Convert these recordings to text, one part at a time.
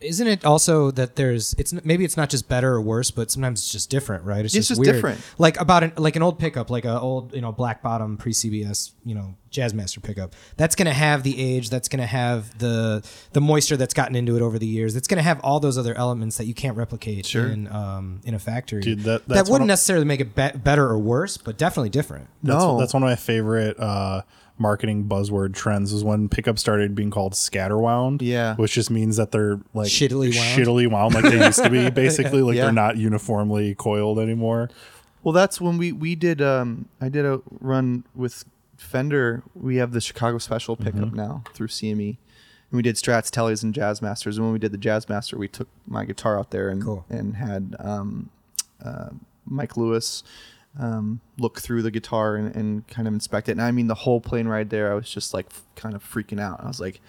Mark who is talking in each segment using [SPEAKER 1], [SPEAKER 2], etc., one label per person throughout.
[SPEAKER 1] Isn't it also that there's it's n- maybe it's not just better or worse, but sometimes it's just different, right?
[SPEAKER 2] It's just different.
[SPEAKER 1] Like about an like an old pickup, like a old you know black bottom pre CBS you know Jazzmaster pickup. That's gonna have the age. That's gonna have the the moisture that's gotten into it over the years. It's gonna have all those other elements that you can't replicate
[SPEAKER 2] Sure.
[SPEAKER 1] in um in a factory.
[SPEAKER 3] Dude, that-
[SPEAKER 1] that
[SPEAKER 3] that's what
[SPEAKER 1] wouldn't
[SPEAKER 3] I'm-
[SPEAKER 1] necessarily make it be- better or worse, but definitely different.
[SPEAKER 3] That's,
[SPEAKER 2] no,
[SPEAKER 3] that's one of my favorite uh, marketing buzzword trends is when pickup started being called scatterwound.
[SPEAKER 2] Yeah.
[SPEAKER 3] Which just means that they're like
[SPEAKER 1] Shittily wound.
[SPEAKER 3] shittily wound like they used to be, basically. Like
[SPEAKER 2] Yeah.
[SPEAKER 3] they're not uniformly coiled anymore.
[SPEAKER 2] Well, that's when we we did. Um, I did a run with Fender. We have the Chicago Special pickup now through CME, and we did Strats, Tellys, and Jazzmasters. And when we did the Jazzmaster, we took my guitar out there and
[SPEAKER 1] Cool.
[SPEAKER 2] and had um, uh, Mike Lewis um, look through the guitar and, and kind of inspect it. And I mean, the whole plane ride there, I was just like f- kind of freaking out. I was like,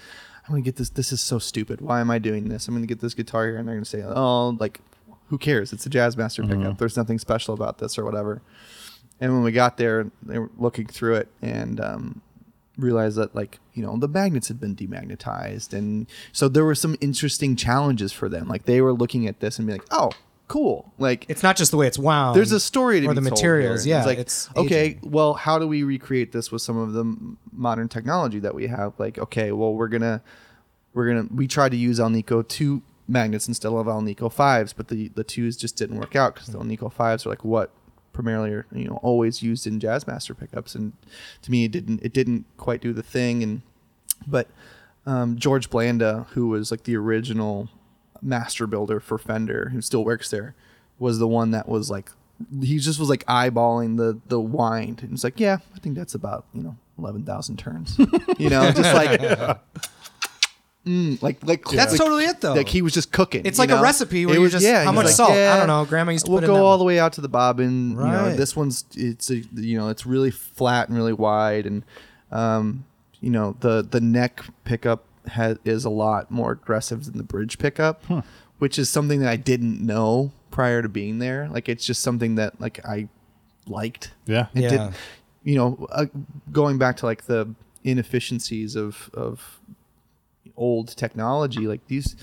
[SPEAKER 2] I'm gonna get this. This is so stupid. Why am I doing this? I'm gonna get this guitar here, and they're gonna say, oh, like, who cares? It's a Jazzmaster pickup. There's nothing special about this or whatever. And when we got there, they were looking through it and um, realized that, like, you know, the magnets had been demagnetized. And so there were some interesting challenges for them. Like, they were looking at this and being like, oh, cool. Like,
[SPEAKER 1] It's not just the way it's wound.
[SPEAKER 2] there's a story to
[SPEAKER 1] um, or
[SPEAKER 2] be
[SPEAKER 1] the
[SPEAKER 2] told
[SPEAKER 1] materials.
[SPEAKER 2] here.
[SPEAKER 1] Yeah,
[SPEAKER 2] it's like
[SPEAKER 1] it's
[SPEAKER 2] okay.
[SPEAKER 1] aging.
[SPEAKER 2] Well, how do we recreate this with some of the m- modern technology that we have? Like, okay, well, we're gonna we're gonna we tried to use Alnico two magnets instead of Alnico fives, but the the twos just didn't work out because the Alnico fives are like what primarily are you know always used in Jazzmaster pickups, and to me it didn't it didn't quite do the thing. And but um, George Blanda, who was like the original master builder for Fender, who still works there, was the one that was like he just was like eyeballing the the wind and it's like yeah I think that's about you know eleven thousand turns you know just like mm, like like
[SPEAKER 1] That's
[SPEAKER 2] like-
[SPEAKER 1] totally it, though.
[SPEAKER 2] like he was just cooking
[SPEAKER 1] It's
[SPEAKER 2] you
[SPEAKER 1] like a
[SPEAKER 2] know?
[SPEAKER 1] recipe where
[SPEAKER 2] It
[SPEAKER 1] you're
[SPEAKER 2] was-
[SPEAKER 1] just,
[SPEAKER 2] yeah,
[SPEAKER 1] how
[SPEAKER 2] he
[SPEAKER 1] much
[SPEAKER 2] was like,
[SPEAKER 1] salt?
[SPEAKER 2] yeah,
[SPEAKER 1] I don't know. Grandma used to
[SPEAKER 2] we'll
[SPEAKER 1] put in
[SPEAKER 2] go
[SPEAKER 1] that
[SPEAKER 2] all
[SPEAKER 1] one.
[SPEAKER 2] the way out to the bobbin. You know,
[SPEAKER 1] Right.
[SPEAKER 2] this one's it's a, you know it's really flat and really wide, and um, you know the the neck pickup has, is a lot more aggressive than the bridge pickup, which is something that I didn't know prior to being there. Like it's just something that like I liked.
[SPEAKER 3] Yeah.
[SPEAKER 2] It
[SPEAKER 1] Yeah.
[SPEAKER 2] did, you know, uh, going back to like the inefficiencies of of old technology, like these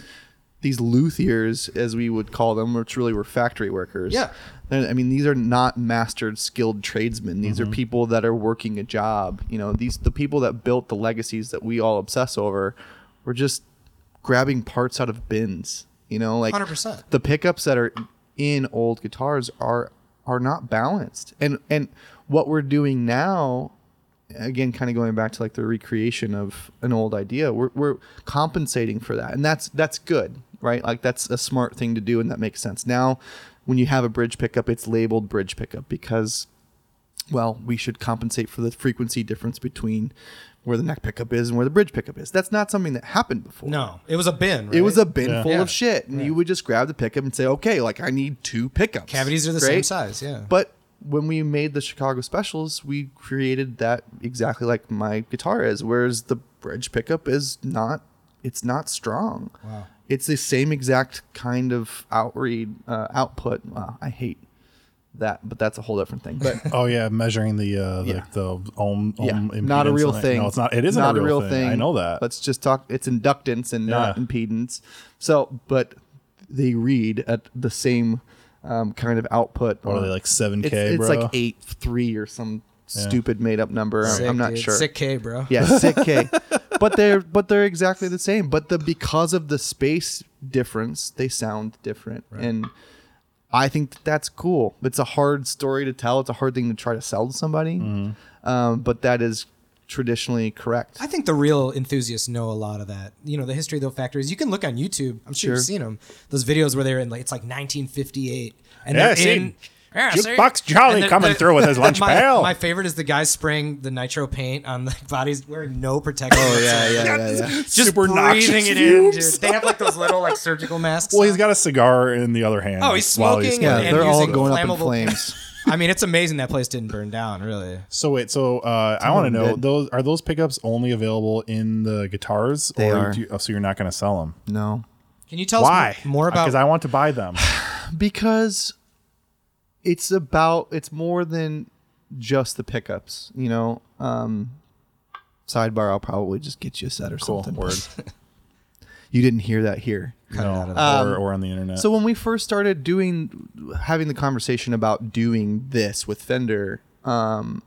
[SPEAKER 2] these luthiers, as we would call them, which really were factory workers.
[SPEAKER 1] Yeah.
[SPEAKER 2] And, I mean, these are not mastered, skilled tradesmen. These are people that are working a job. You know, these the people that built the legacies that we all obsess over were just grabbing parts out of bins. You know, like
[SPEAKER 1] 100%.
[SPEAKER 2] the pickups that are in old guitars are are not balanced and and what we're doing now again kind of going back to like the recreation of an old idea we're, we're compensating for that and that's that's good right like that's a smart thing to do and that makes sense now when you have a bridge pickup it's labeled bridge pickup because well, we should compensate for the frequency difference between where the neck pickup is and where the bridge pickup is. That's not something that happened before.
[SPEAKER 1] No, it was a bin.
[SPEAKER 2] It
[SPEAKER 1] right?
[SPEAKER 2] was a bin full
[SPEAKER 1] Yeah.
[SPEAKER 2] of shit, and you would just grab the pickup and say, "Okay, like I need two pickups."
[SPEAKER 1] cavities are the same
[SPEAKER 2] Great.
[SPEAKER 1] size. Yeah,
[SPEAKER 2] But when we made the Chicago specials, we created that exactly like my guitar is. Whereas the bridge pickup is not. It's not strong.
[SPEAKER 1] Wow.
[SPEAKER 2] It's the same exact kind of outread uh, output. Wow, I hate that, but that's a whole different thing. But
[SPEAKER 3] Oh yeah, measuring the uh
[SPEAKER 2] Yeah.
[SPEAKER 3] like the ohm, ohm
[SPEAKER 2] yeah,
[SPEAKER 3] um, impedance
[SPEAKER 2] not a real
[SPEAKER 3] on it.
[SPEAKER 2] thing.
[SPEAKER 3] No, it's not it isn't a real thing. I know that.
[SPEAKER 2] Let's just talk. It's inductance and not
[SPEAKER 3] Yeah.
[SPEAKER 2] impedance. So, but they read at the same um, kind of output.
[SPEAKER 3] what are they like seven
[SPEAKER 2] It's,
[SPEAKER 3] K,
[SPEAKER 2] it's
[SPEAKER 3] bro?
[SPEAKER 2] like eight three or some stupid made up number.
[SPEAKER 1] Sick,
[SPEAKER 2] um, I'm not
[SPEAKER 1] dude.
[SPEAKER 2] sure.
[SPEAKER 1] Sick K, bro.
[SPEAKER 2] Yeah, sick K. but they're but they're exactly the same. But the because of the space difference, they sound different. And I think that that's cool. It's a hard story to tell. It's a hard thing to try to sell to somebody. Um, but that is traditionally correct.
[SPEAKER 1] I think the real enthusiasts know a lot of that. You know, the history of those factories. You can look on YouTube. I'm sure,
[SPEAKER 2] Sure.
[SPEAKER 1] you've seen them. Those videos where they're in like it's like 1958, and
[SPEAKER 3] Yeah,
[SPEAKER 1] they're
[SPEAKER 3] see?
[SPEAKER 1] in. Yeah,
[SPEAKER 3] Jukebox Charlie
[SPEAKER 1] And the-
[SPEAKER 3] coming
[SPEAKER 1] the-
[SPEAKER 3] through with his lunch
[SPEAKER 1] my,
[SPEAKER 3] pail.
[SPEAKER 1] My favorite is the guy spraying the nitro paint on the bodies wearing no protection. Oh just
[SPEAKER 3] Super noxious
[SPEAKER 1] breathing it in.
[SPEAKER 3] fumes.
[SPEAKER 1] Dude. They have like those little like surgical masks.
[SPEAKER 3] Well,
[SPEAKER 1] on.
[SPEAKER 3] he's got a cigar in the other hand.
[SPEAKER 1] Oh, he's
[SPEAKER 3] while
[SPEAKER 1] smoking
[SPEAKER 2] yeah,
[SPEAKER 1] and
[SPEAKER 2] they're all
[SPEAKER 1] using
[SPEAKER 2] going up in
[SPEAKER 1] flammable-
[SPEAKER 2] flames.
[SPEAKER 1] I mean, it's amazing that place didn't burn down. Really,
[SPEAKER 3] So wait, so uh, I want to
[SPEAKER 2] of 'em
[SPEAKER 3] know
[SPEAKER 2] did.
[SPEAKER 3] those are those pickups only available in the guitars,
[SPEAKER 2] They
[SPEAKER 3] or
[SPEAKER 2] are.
[SPEAKER 3] do you, oh, so you're not going to sell them?
[SPEAKER 2] no.
[SPEAKER 1] can you tell
[SPEAKER 3] Why?
[SPEAKER 1] us m- more about
[SPEAKER 3] because I want to buy them.
[SPEAKER 2] because it's about it's more than just the pickups you know um sidebar i'll probably just get you a set or something
[SPEAKER 3] word.
[SPEAKER 2] you didn't hear that here.
[SPEAKER 1] Cut it out of
[SPEAKER 2] Um,
[SPEAKER 3] or, or on the internet.
[SPEAKER 2] So when we first started doing, having the conversation about doing this with Fender, um,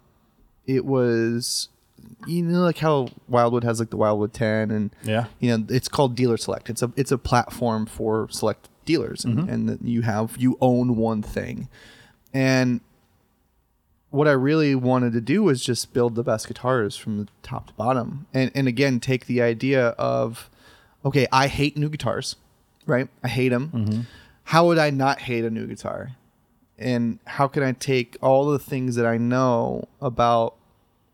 [SPEAKER 2] it was, you know, like how Wildwood has like the Wildwood Ten, and
[SPEAKER 3] Yeah.
[SPEAKER 2] you know, it's called Dealer Select. It's a it's a platform for select dealers, and, and that you have you own one thing, and what I really wanted to do was just build the best guitars from the top to bottom. And and again, take the idea of okay, I hate new guitars, right? I hate them. How would I not hate a new guitar? And how can I take all the things that I know about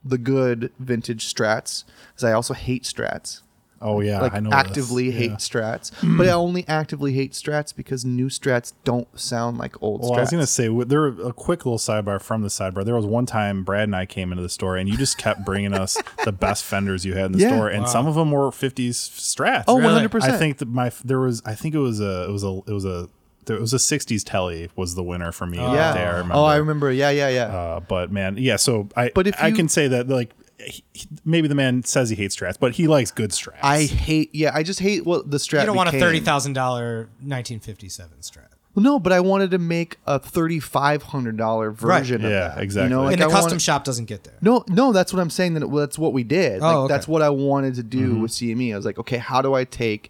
[SPEAKER 2] the good vintage strats? Because I also hate strats
[SPEAKER 3] oh yeah,
[SPEAKER 2] like
[SPEAKER 3] I know this.
[SPEAKER 2] actively hate
[SPEAKER 3] Yeah.
[SPEAKER 2] strats, but I only actively hate strats because new strats don't sound like old
[SPEAKER 3] Well,
[SPEAKER 2] strats.
[SPEAKER 3] I was gonna say w- there a quick little sidebar from the sidebar. There was one time Brad and I came into the store, and you just kept bringing us the best fenders you had in the
[SPEAKER 2] Yeah.
[SPEAKER 3] store, and some of them were '50s Strats.
[SPEAKER 2] Oh, Really? 100%.
[SPEAKER 3] I think that my there was I think it was a it was a it was a there was a '60s Telly was the winner for me.
[SPEAKER 2] yeah.
[SPEAKER 3] that day, I remember.
[SPEAKER 2] oh, I remember. Yeah, yeah, yeah.
[SPEAKER 3] Uh, but man, yeah. So I
[SPEAKER 2] But if
[SPEAKER 3] I
[SPEAKER 2] you-
[SPEAKER 3] can say that like he, he- maybe the man says he hates Strats, but he likes good Strats.
[SPEAKER 2] I hate. Yeah, I just hate what the strat.
[SPEAKER 1] You don't want a
[SPEAKER 2] became.
[SPEAKER 1] thirty thousand dollar nineteen fifty seven Strat.
[SPEAKER 2] No, but I wanted to make a thirty-five hundred dollar
[SPEAKER 1] Right.
[SPEAKER 2] version. of
[SPEAKER 3] Yeah,
[SPEAKER 2] that,
[SPEAKER 3] exactly.
[SPEAKER 2] You know, like
[SPEAKER 1] and the
[SPEAKER 2] I
[SPEAKER 1] custom
[SPEAKER 2] wanted-
[SPEAKER 1] shop doesn't get there.
[SPEAKER 2] No, no, that's what I'm saying. That it, that's what we did. Like,
[SPEAKER 1] Oh, okay. Mm-hmm.
[SPEAKER 2] That's what I wanted to do with CME. I was like, okay, how do I take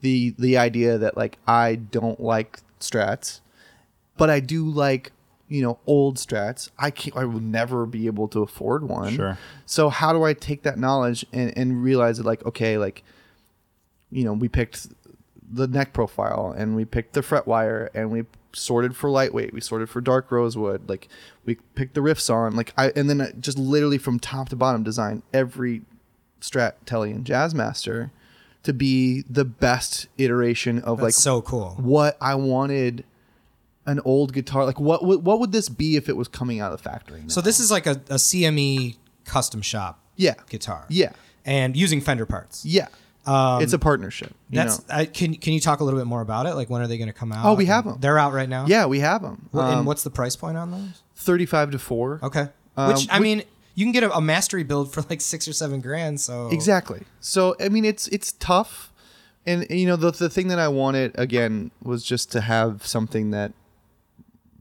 [SPEAKER 2] the the idea that like I don't like strats, but I do like you know old strats. I can't. I will never be able to afford one.
[SPEAKER 3] Sure.
[SPEAKER 2] So how do I take that knowledge and and realize that like okay, like you know we picked the neck profile and we picked the fret wire and we sorted for lightweight we sorted for dark rosewood like we picked the riffs on like i and then I just literally from top to bottom design every strat telly and jazzmaster to be the best iteration of
[SPEAKER 1] That's
[SPEAKER 2] like
[SPEAKER 1] so cool.
[SPEAKER 2] what i wanted an old guitar like what would what would this be if it was coming out of the factory now?
[SPEAKER 1] So this is like a, a CME custom shop
[SPEAKER 2] yeah
[SPEAKER 1] guitar.
[SPEAKER 2] yeah
[SPEAKER 1] And using Fender parts.
[SPEAKER 2] yeah it's a partnership you
[SPEAKER 1] um, That's
[SPEAKER 2] know?
[SPEAKER 1] I, can can you talk a little bit more about it? Like when are they going to come out?
[SPEAKER 2] Oh, we
[SPEAKER 1] And
[SPEAKER 2] have 'em.
[SPEAKER 1] They're out right now.
[SPEAKER 2] yeah Um, we have them
[SPEAKER 1] Wh- and what's the price point on those?
[SPEAKER 2] 35 to 4
[SPEAKER 1] Okay.
[SPEAKER 2] um,
[SPEAKER 1] Which I
[SPEAKER 2] we-
[SPEAKER 1] mean, you can get a, a mastery build for like six or seven grand. So
[SPEAKER 2] Exactly. So I mean, it's it's tough, and you know the the thing that I wanted again was just to have something that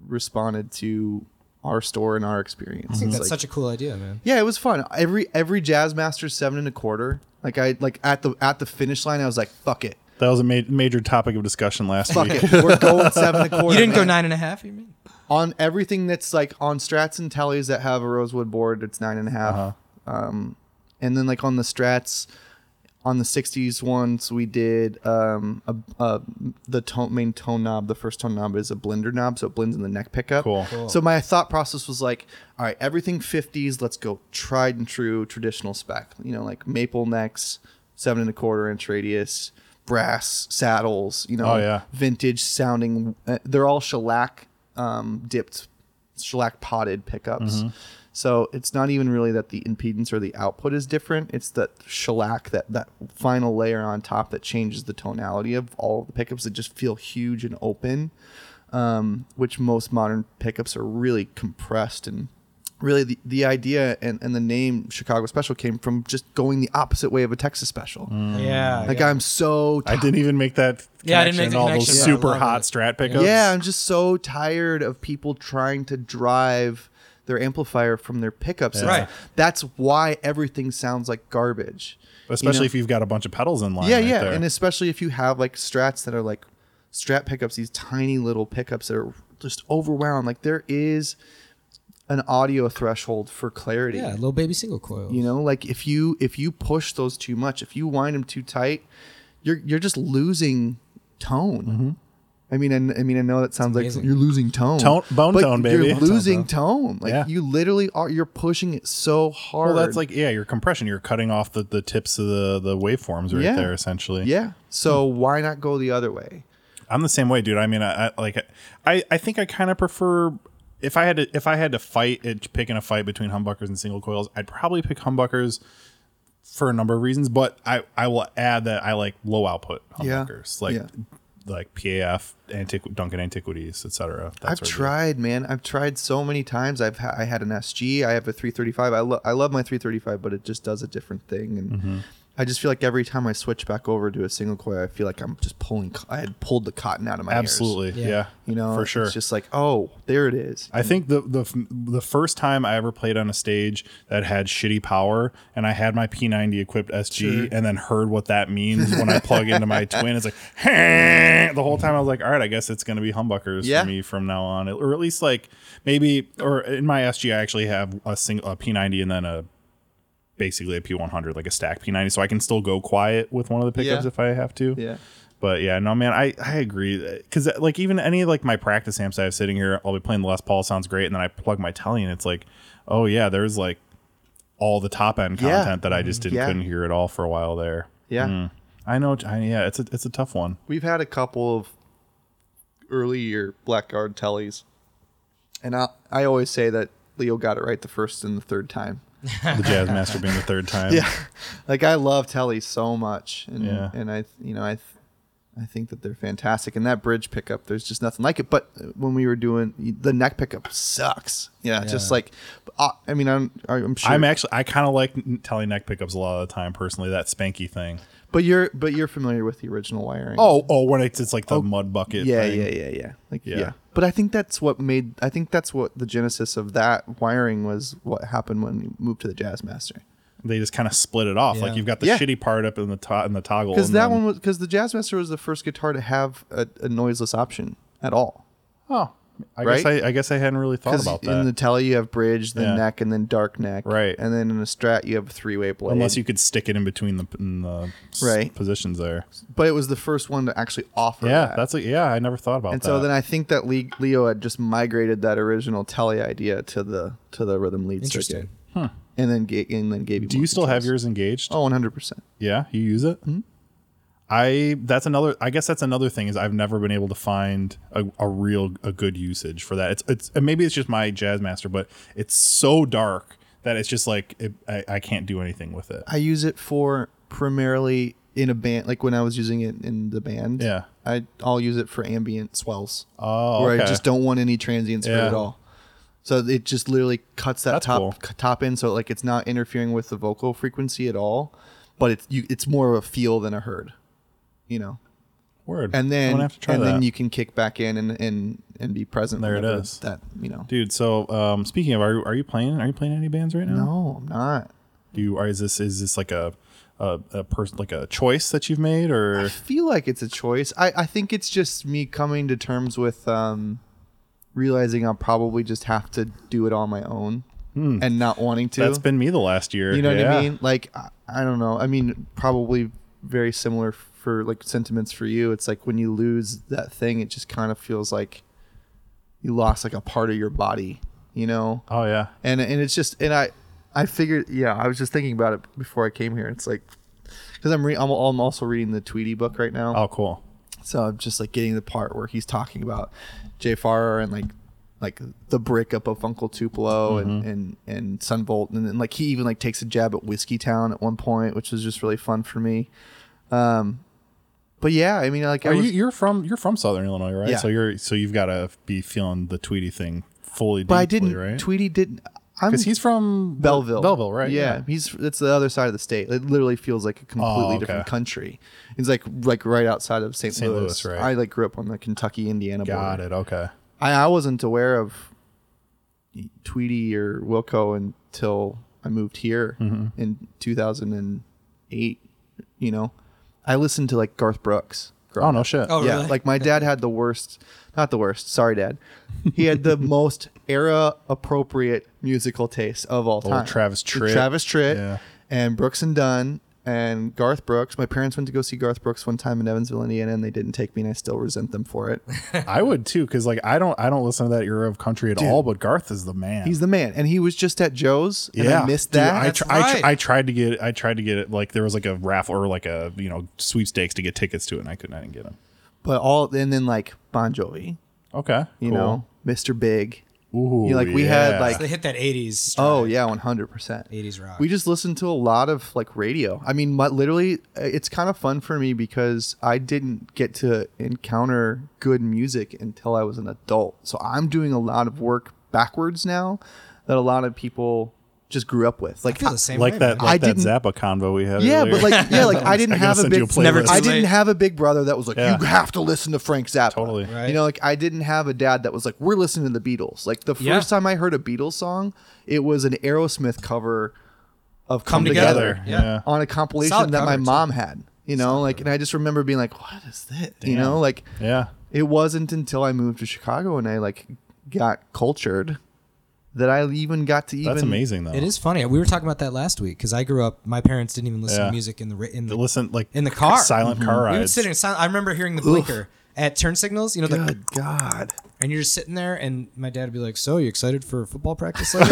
[SPEAKER 2] responded to our store and our experience.
[SPEAKER 1] I think
[SPEAKER 2] It's
[SPEAKER 1] that's
[SPEAKER 2] like-
[SPEAKER 1] such a cool idea, man.
[SPEAKER 2] yeah, it was fun. Every every Jazz Master seven and a quarter. Like I like at the at the finish line, I was like, "Fuck it,
[SPEAKER 3] that was a ma- major topic of discussion last
[SPEAKER 2] fuck
[SPEAKER 3] week.
[SPEAKER 2] it, we're going seven and a quarter."
[SPEAKER 1] You didn't go
[SPEAKER 2] man."
[SPEAKER 1] nine and a half, you mean?
[SPEAKER 2] on everything that's like on strats and tallies that have a rosewood board it's nine and a half. um, and then like on the strats on the 60s ones we did um, a, a, the tone, main tone knob the first tone knob is a blender knob so it blends in the neck pickup
[SPEAKER 3] Cool. Cool.
[SPEAKER 2] so my thought process was like all right everything 50s let's go tried and true traditional spec you know like maple necks seven and a quarter inch radius brass saddles you know
[SPEAKER 3] Oh, yeah.
[SPEAKER 2] vintage sounding. Uh, they're all shellac um, dipped, shellac potted pickups.
[SPEAKER 3] Mm-hmm.
[SPEAKER 2] So it's not even really that the impedance or the output is different. It's that shellac, that that final layer on top that changes the tonality of all of the pickups that just feel huge and open. Um, which most modern pickups are really compressed and really the, the idea and, and the name Chicago Special came from just going the opposite way of a Texas Special.
[SPEAKER 1] Yeah.
[SPEAKER 2] Like
[SPEAKER 1] yeah.
[SPEAKER 2] I'm so
[SPEAKER 3] Mm. I didn't even make that.
[SPEAKER 1] Yeah, I didn't
[SPEAKER 3] connection.
[SPEAKER 1] make the
[SPEAKER 3] all
[SPEAKER 1] connection,
[SPEAKER 3] those
[SPEAKER 1] but I
[SPEAKER 3] super
[SPEAKER 1] love
[SPEAKER 3] hot
[SPEAKER 1] it.
[SPEAKER 3] strat pickups.
[SPEAKER 2] Yeah, I'm just so tired of people trying to drive their amplifier from their pickups.
[SPEAKER 1] Right.
[SPEAKER 2] That's why everything sounds like garbage. you
[SPEAKER 3] especially
[SPEAKER 2] know?
[SPEAKER 3] if you've got a bunch of pedals in line.
[SPEAKER 2] yeah,
[SPEAKER 3] right
[SPEAKER 2] yeah,
[SPEAKER 3] there.
[SPEAKER 2] and especially if you have like strats that are like strat pickups, these tiny little pickups that are just overwhelmed. Like there is an audio threshold for clarity.
[SPEAKER 1] yeah, little baby single coil.
[SPEAKER 2] You know, like if you if you push those too much, if you wind them too tight, you're you're just losing tone.
[SPEAKER 3] Mm-hmm.
[SPEAKER 2] I mean, and I mean, I know that sounds like
[SPEAKER 1] amazing.
[SPEAKER 2] you're losing tone,
[SPEAKER 3] Tone- bone
[SPEAKER 2] but
[SPEAKER 3] tone, baby.
[SPEAKER 2] You're
[SPEAKER 3] Bone tone,
[SPEAKER 2] losing tone. Like
[SPEAKER 3] Yeah.
[SPEAKER 2] you literally are. You're pushing it so hard.
[SPEAKER 3] well, that's like yeah, your compression. You're cutting off the, the tips of the the waveforms right
[SPEAKER 2] Yeah.
[SPEAKER 3] there, essentially.
[SPEAKER 2] yeah. So
[SPEAKER 3] Hmm.
[SPEAKER 2] why not go the other way?
[SPEAKER 3] I'm the same way, dude. I mean, I, I like I I think I kind of prefer if I had to if I had to fight it, picking a fight between humbuckers and single coils, I'd probably pick humbuckers for a number of reasons. But I I will add that I like low output
[SPEAKER 2] Yeah.
[SPEAKER 3] humbuckers, like
[SPEAKER 2] Yeah.
[SPEAKER 3] like PAF, antiqu- Duncan Antiquities, etc.
[SPEAKER 2] I've tried, man. I've tried so many times. I've ha-
[SPEAKER 3] Mm-hmm.
[SPEAKER 2] I had an SG. I have a 335. I love I love my 335, but it just does a different thing. And I just feel like every time I switch back over to a single coil, I feel like I'm just pulling. co- I had pulled the cotton out of my ears.
[SPEAKER 3] Absolutely.
[SPEAKER 1] Yeah.
[SPEAKER 3] Yeah.
[SPEAKER 2] You know,
[SPEAKER 3] for sure.
[SPEAKER 2] It's just like, oh, there it is.
[SPEAKER 3] I think the the f- the first time I ever played on a stage that had shitty power, and I had my P90 equipped SG, and then heard what that means when I plug into my twin. It's like the whole time I was like, all right, I guess it's gonna be humbuckers
[SPEAKER 2] Yeah.
[SPEAKER 3] for me from now on, or at least like maybe or in my SG I actually have a single a P90 and then a basically a P100 like a stack P90, so I can still go quiet with one of the pickups
[SPEAKER 2] Yeah.
[SPEAKER 3] if I have to.
[SPEAKER 2] Yeah.
[SPEAKER 3] But yeah, no, man, I, I agree. Because, like, even any, like, my practice amps I have sitting here, I'll be playing the Les Paul, sounds great. And then I plug my telly and it's like, oh, yeah, there's, like, all the top end
[SPEAKER 2] Yeah. mm-hmm,
[SPEAKER 3] content that I just didn't,
[SPEAKER 2] Yeah.
[SPEAKER 3] couldn't hear at all for a while there.
[SPEAKER 2] Yeah.
[SPEAKER 3] I know. I, yeah, it's a, it's a tough one.
[SPEAKER 2] We've had a couple of early year Blackguard tellies, and I I always say that Leo got it right the first and the third time.
[SPEAKER 3] The Jazz Master being the third time.
[SPEAKER 2] Yeah, like I love tellies so much, and
[SPEAKER 3] Yeah.
[SPEAKER 2] and I you know I. Th- I think that they're fantastic, and that bridge pickup, there's just nothing like it. But when we were doing the neck pickup, sucks. Yeah, just
[SPEAKER 1] Yeah.
[SPEAKER 2] like, uh, I mean, I'm I'm sure
[SPEAKER 3] I'm actually, I kind of like n- telly neck pickups a lot of the time, personally, that spanky thing.
[SPEAKER 2] But you're but you're familiar with the original wiring.
[SPEAKER 3] Oh, oh, when it's, it's like the mud bucket.
[SPEAKER 2] yeah,
[SPEAKER 3] thing.
[SPEAKER 2] yeah, yeah, yeah. Like yeah.
[SPEAKER 3] Yeah.
[SPEAKER 2] But I think that's what made I think that's what the genesis of that wiring was what happened when you moved to the Jazzmaster.
[SPEAKER 3] They just kind of split it off.
[SPEAKER 1] Yeah.
[SPEAKER 3] Like, you've got the
[SPEAKER 2] Yeah.
[SPEAKER 3] shitty part up in the, to- in the toggle.
[SPEAKER 2] Because
[SPEAKER 3] and
[SPEAKER 2] that
[SPEAKER 3] then-
[SPEAKER 2] one was because the Jazzmaster was the first guitar to have a, a noiseless option at all.
[SPEAKER 3] Oh, I
[SPEAKER 2] Right?
[SPEAKER 3] guess I, I guess I hadn't really thought
[SPEAKER 2] Because
[SPEAKER 3] about that.
[SPEAKER 2] in the Tele you have bridge, then
[SPEAKER 3] Yeah.
[SPEAKER 2] neck, and then dark neck.
[SPEAKER 3] Right.
[SPEAKER 2] And then in a Strat you have a three way blade.
[SPEAKER 3] Unless you could stick it in between the, in the s-
[SPEAKER 2] Right.
[SPEAKER 3] positions there.
[SPEAKER 2] but it was the first one to actually offer.
[SPEAKER 3] Yeah,
[SPEAKER 2] that.
[SPEAKER 3] that's like yeah, I never thought about
[SPEAKER 2] and
[SPEAKER 3] that.
[SPEAKER 2] so then I think that Le- Leo had just migrated that original Tele idea to the to the rhythm lead circuit.
[SPEAKER 1] Interesting.
[SPEAKER 2] and then ga- and then gave you.
[SPEAKER 3] do
[SPEAKER 2] more
[SPEAKER 3] you still have
[SPEAKER 2] controls.
[SPEAKER 3] yours engaged?
[SPEAKER 2] Oh, Mm-hmm. one hundred percent.
[SPEAKER 3] Yeah, you use it. I that's another. I guess that's another thing is I've never been able to find a, a real a good usage for that. It's it's and maybe it's just my Jazzmaster, but it's so dark that it's just like it, I, I can't do anything with it.
[SPEAKER 2] I use it for primarily in a band, like when I was using it in the band.
[SPEAKER 3] Yeah.
[SPEAKER 2] I I'll use it for ambient swells
[SPEAKER 3] Oh,
[SPEAKER 2] where I
[SPEAKER 3] okay.
[SPEAKER 2] just don't want any transients for it
[SPEAKER 3] Yeah.
[SPEAKER 2] at all. So it just literally cuts that
[SPEAKER 3] That's
[SPEAKER 2] top
[SPEAKER 3] cool.
[SPEAKER 2] c- top end, so like it's not interfering with the vocal frequency at all, but it's you it's more of a feel than a heard, you know.
[SPEAKER 3] word.
[SPEAKER 2] And
[SPEAKER 3] I'm
[SPEAKER 2] then
[SPEAKER 3] gonna have to try
[SPEAKER 2] and
[SPEAKER 3] that.
[SPEAKER 2] then you can kick back in and and and be present.
[SPEAKER 3] There it
[SPEAKER 2] whenever
[SPEAKER 3] is.
[SPEAKER 2] That you know.
[SPEAKER 3] dude. So um, speaking of, are are you playing? Are you playing any bands right now?
[SPEAKER 2] No, I'm not.
[SPEAKER 3] Do you, or is this is this like a a, a person like a choice that you've made or
[SPEAKER 2] I feel like it's a choice. I, I think it's just me coming to terms with um, realizing I'll probably just have to do it on my own and not wanting to.
[SPEAKER 3] Hmm. that's been me the last year.
[SPEAKER 2] you know what
[SPEAKER 3] Yeah.
[SPEAKER 2] I mean? Like, I, I don't know. I mean, probably very similar for like sentiments for you. It's like when you lose that thing, it just kind of feels like you lost like a part of your body, you know?
[SPEAKER 3] Oh yeah,
[SPEAKER 2] and and it's just and I I figured yeah I was just thinking about it before I came here. It's like because I'm re- I'm, I'm also reading the Tweety book right now,
[SPEAKER 3] oh cool.
[SPEAKER 2] so I'm just like getting the part where he's talking about Jay Farrar and like like the breakup of Uncle Tupelo
[SPEAKER 3] Mm-hmm.
[SPEAKER 2] and and and Sunvolt and then like he even like takes a jab at Whiskey Town at one point, which was just really fun for me. Um, but yeah, I mean like I
[SPEAKER 3] Are
[SPEAKER 2] was,
[SPEAKER 3] you you're from you're from Southern Illinois, right?
[SPEAKER 2] Yeah.
[SPEAKER 3] So you're so you've got to be feeling the Tweety thing fully.
[SPEAKER 2] but
[SPEAKER 3] deeply,
[SPEAKER 2] I didn't
[SPEAKER 3] right?
[SPEAKER 2] Tweety didn't. I'm
[SPEAKER 3] because he's from
[SPEAKER 2] Belleville.
[SPEAKER 3] Belleville, right? Oh,
[SPEAKER 2] Yeah, he's it's the other side of the state. It literally feels like a completely
[SPEAKER 3] okay.
[SPEAKER 2] different country. It's like like right outside of St.
[SPEAKER 3] St.
[SPEAKER 2] Louis.
[SPEAKER 3] Louis, right.
[SPEAKER 2] I like grew up on the Kentucky Indiana
[SPEAKER 3] Got
[SPEAKER 2] border.
[SPEAKER 3] it. Okay.
[SPEAKER 2] I, I wasn't aware of Tweety or Wilco until I moved here
[SPEAKER 3] Mm-hmm.
[SPEAKER 2] in 2008. You know, I listened to like Garth Brooks. growing
[SPEAKER 3] Oh no shit.
[SPEAKER 1] Oh,
[SPEAKER 2] yeah,
[SPEAKER 1] really?
[SPEAKER 2] like my dad had the worst, not the worst. Sorry, dad. He had the most era appropriate musical taste of all
[SPEAKER 3] Old
[SPEAKER 2] time.
[SPEAKER 3] Travis Tritt.
[SPEAKER 2] Travis Tritt,
[SPEAKER 3] Yeah.
[SPEAKER 2] and Brooks and Dunn, and Garth Brooks. My parents went to go see Garth Brooks one time in Evansville, Indiana, and they didn't take me, and I still resent them for it.
[SPEAKER 3] I would too, because like I don't I don't listen to that era of country at all. But Garth is the man.
[SPEAKER 2] He's the man, and he was just at Joe's, and
[SPEAKER 3] yeah,
[SPEAKER 2] I missed
[SPEAKER 3] Dude,
[SPEAKER 2] that.
[SPEAKER 3] I,
[SPEAKER 1] That's
[SPEAKER 3] tr- I,
[SPEAKER 1] right.
[SPEAKER 3] tr- I tried to get I tried to get it like there was like a raffle or like a you know sweepstakes to get tickets to it, and I couldn't I didn't get them.
[SPEAKER 2] but all and then like Bon Jovi,
[SPEAKER 3] Okay,
[SPEAKER 2] you
[SPEAKER 3] cool.
[SPEAKER 2] know, Mr. Big.
[SPEAKER 3] Ooh,
[SPEAKER 2] You know, like, we had,
[SPEAKER 3] yeah.
[SPEAKER 2] like,
[SPEAKER 1] They hit that 80s.
[SPEAKER 2] Oh yeah, one hundred percent.
[SPEAKER 1] 80s rock.
[SPEAKER 2] We just listened to a lot of like radio. I mean, my, literally, uh, it's kind of fun for me because I didn't get to encounter good music until I was an adult. So I'm doing a lot of work backwards now that a lot of people just grew up with. Like
[SPEAKER 1] I feel the same way,
[SPEAKER 3] like that,
[SPEAKER 1] man.
[SPEAKER 3] like
[SPEAKER 2] I
[SPEAKER 3] that
[SPEAKER 2] didn't-
[SPEAKER 3] Zappa convo we had.
[SPEAKER 2] Yeah,
[SPEAKER 3] earlier.
[SPEAKER 2] but like yeah, like I didn't
[SPEAKER 3] I gotta
[SPEAKER 2] have a
[SPEAKER 3] send you
[SPEAKER 2] big
[SPEAKER 3] a
[SPEAKER 1] Never
[SPEAKER 3] playlist.
[SPEAKER 1] too
[SPEAKER 2] I didn't
[SPEAKER 1] late.
[SPEAKER 2] have a big brother that was like,
[SPEAKER 3] Yeah.
[SPEAKER 2] you have to listen to Frank Zappa.
[SPEAKER 3] Totally. Right.
[SPEAKER 2] You know, like I didn't have a dad that was like, we're listening to the Beatles. Like the first
[SPEAKER 1] Yeah.
[SPEAKER 2] time I heard a Beatles song, it was an Aerosmith cover of Come,
[SPEAKER 1] Come
[SPEAKER 2] Together,
[SPEAKER 1] Together.
[SPEAKER 3] Yeah.
[SPEAKER 1] Yeah.
[SPEAKER 2] on a compilation
[SPEAKER 1] Solid
[SPEAKER 2] that my
[SPEAKER 1] cover, too.
[SPEAKER 2] mom had. You know, like, and I just remember being like, what is that? You know, like
[SPEAKER 3] yeah.
[SPEAKER 2] it wasn't until I moved to Chicago and I like got cultured that I even got to even
[SPEAKER 3] That's amazing though.
[SPEAKER 1] It is funny. We were talking about that last week because I grew up. My parents didn't even listen
[SPEAKER 3] Yeah.
[SPEAKER 1] to music in the ri- in the,
[SPEAKER 3] Listen, like
[SPEAKER 1] in the car.
[SPEAKER 3] silent
[SPEAKER 2] Mm-hmm.
[SPEAKER 3] car rides.
[SPEAKER 1] We would sit in silent. I remember hearing the blinker at turn signals. You know, the,
[SPEAKER 2] Good God.
[SPEAKER 1] and you're just sitting there, and my dad would be like, "So, you excited for football practice?" Like,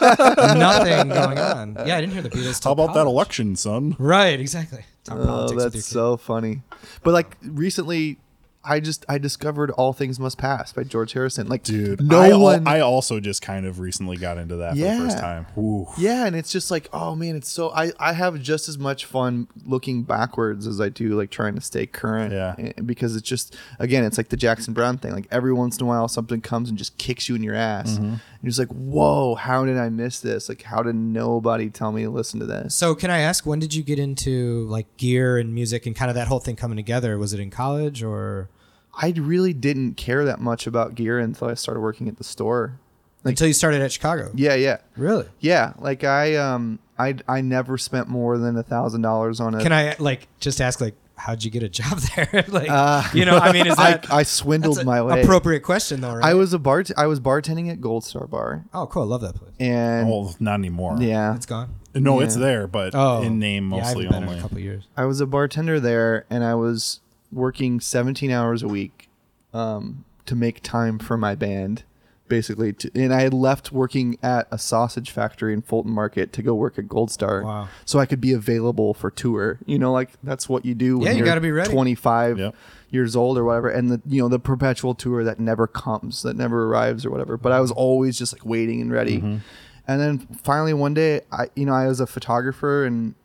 [SPEAKER 1] nothing going on. Yeah, I didn't hear the Beatles. till
[SPEAKER 3] How about that
[SPEAKER 1] college.
[SPEAKER 3] election, son?
[SPEAKER 1] Right, exactly. Talk
[SPEAKER 2] Oh,
[SPEAKER 1] politics with your
[SPEAKER 2] that's
[SPEAKER 1] kid.
[SPEAKER 2] so funny. But like recently, I just I discovered "All Things Must Pass" by George Harrison. Like,
[SPEAKER 3] Dude,
[SPEAKER 2] no
[SPEAKER 3] I, al-
[SPEAKER 2] one.
[SPEAKER 3] I also just kind of recently got into that for the first
[SPEAKER 2] Yeah.
[SPEAKER 3] time. Ooh.
[SPEAKER 2] yeah, and it's just like, oh man, it's so. I I have just as much fun looking backwards as I do like trying to stay current.
[SPEAKER 3] Yeah.
[SPEAKER 2] Eh, because it's just again, it's like the Jackson Brown thing. Like every once in a while, something comes and just kicks you in your ass.
[SPEAKER 3] Mm-hmm.
[SPEAKER 2] And you're just like, whoa, how did I miss this? Like, how did nobody tell me to listen to this?
[SPEAKER 1] So, can I ask when did you get into like gear and music and kind of that whole thing coming together? Was it in college or
[SPEAKER 2] I really didn't care that much about gear until I started working at the store. Like,
[SPEAKER 1] until you started at Chicago?
[SPEAKER 2] yeah, yeah.
[SPEAKER 1] Really?
[SPEAKER 2] Yeah, like I um I I never spent more than a thousand dollars on a.
[SPEAKER 1] Can I like just ask like how'd you get a job there? like you know, I mean, is that
[SPEAKER 2] Uh, I, I swindled
[SPEAKER 1] that's a
[SPEAKER 2] my way.
[SPEAKER 1] appropriate question though? Right?
[SPEAKER 2] I was a bart I was bartending at Gold Star Bar
[SPEAKER 1] oh, cool. I love that place.
[SPEAKER 2] and
[SPEAKER 1] Oh,
[SPEAKER 3] Well, not anymore.
[SPEAKER 2] yeah,
[SPEAKER 1] It's gone.
[SPEAKER 3] No,
[SPEAKER 2] Yeah.
[SPEAKER 3] it's there, but
[SPEAKER 1] Oh,
[SPEAKER 3] in name
[SPEAKER 1] Yeah, I haven't
[SPEAKER 3] mostly
[SPEAKER 1] been
[SPEAKER 3] only.
[SPEAKER 1] in a couple years.
[SPEAKER 2] I was a bartender there and I was working 17 hours a week um to make time for my band basically to, and I had left working at a sausage factory in Fulton Market to go work at Gold Star
[SPEAKER 1] Wow.
[SPEAKER 2] so I could be available for tour. You know, like that's what you do when
[SPEAKER 1] Yeah, you
[SPEAKER 2] you're
[SPEAKER 1] gotta be ready.
[SPEAKER 2] 25
[SPEAKER 3] Yep.
[SPEAKER 2] years old or whatever and the you know the perpetual tour that never comes that never arrives or whatever but i was always just like waiting and ready and then finally one day i you know i was a photographer and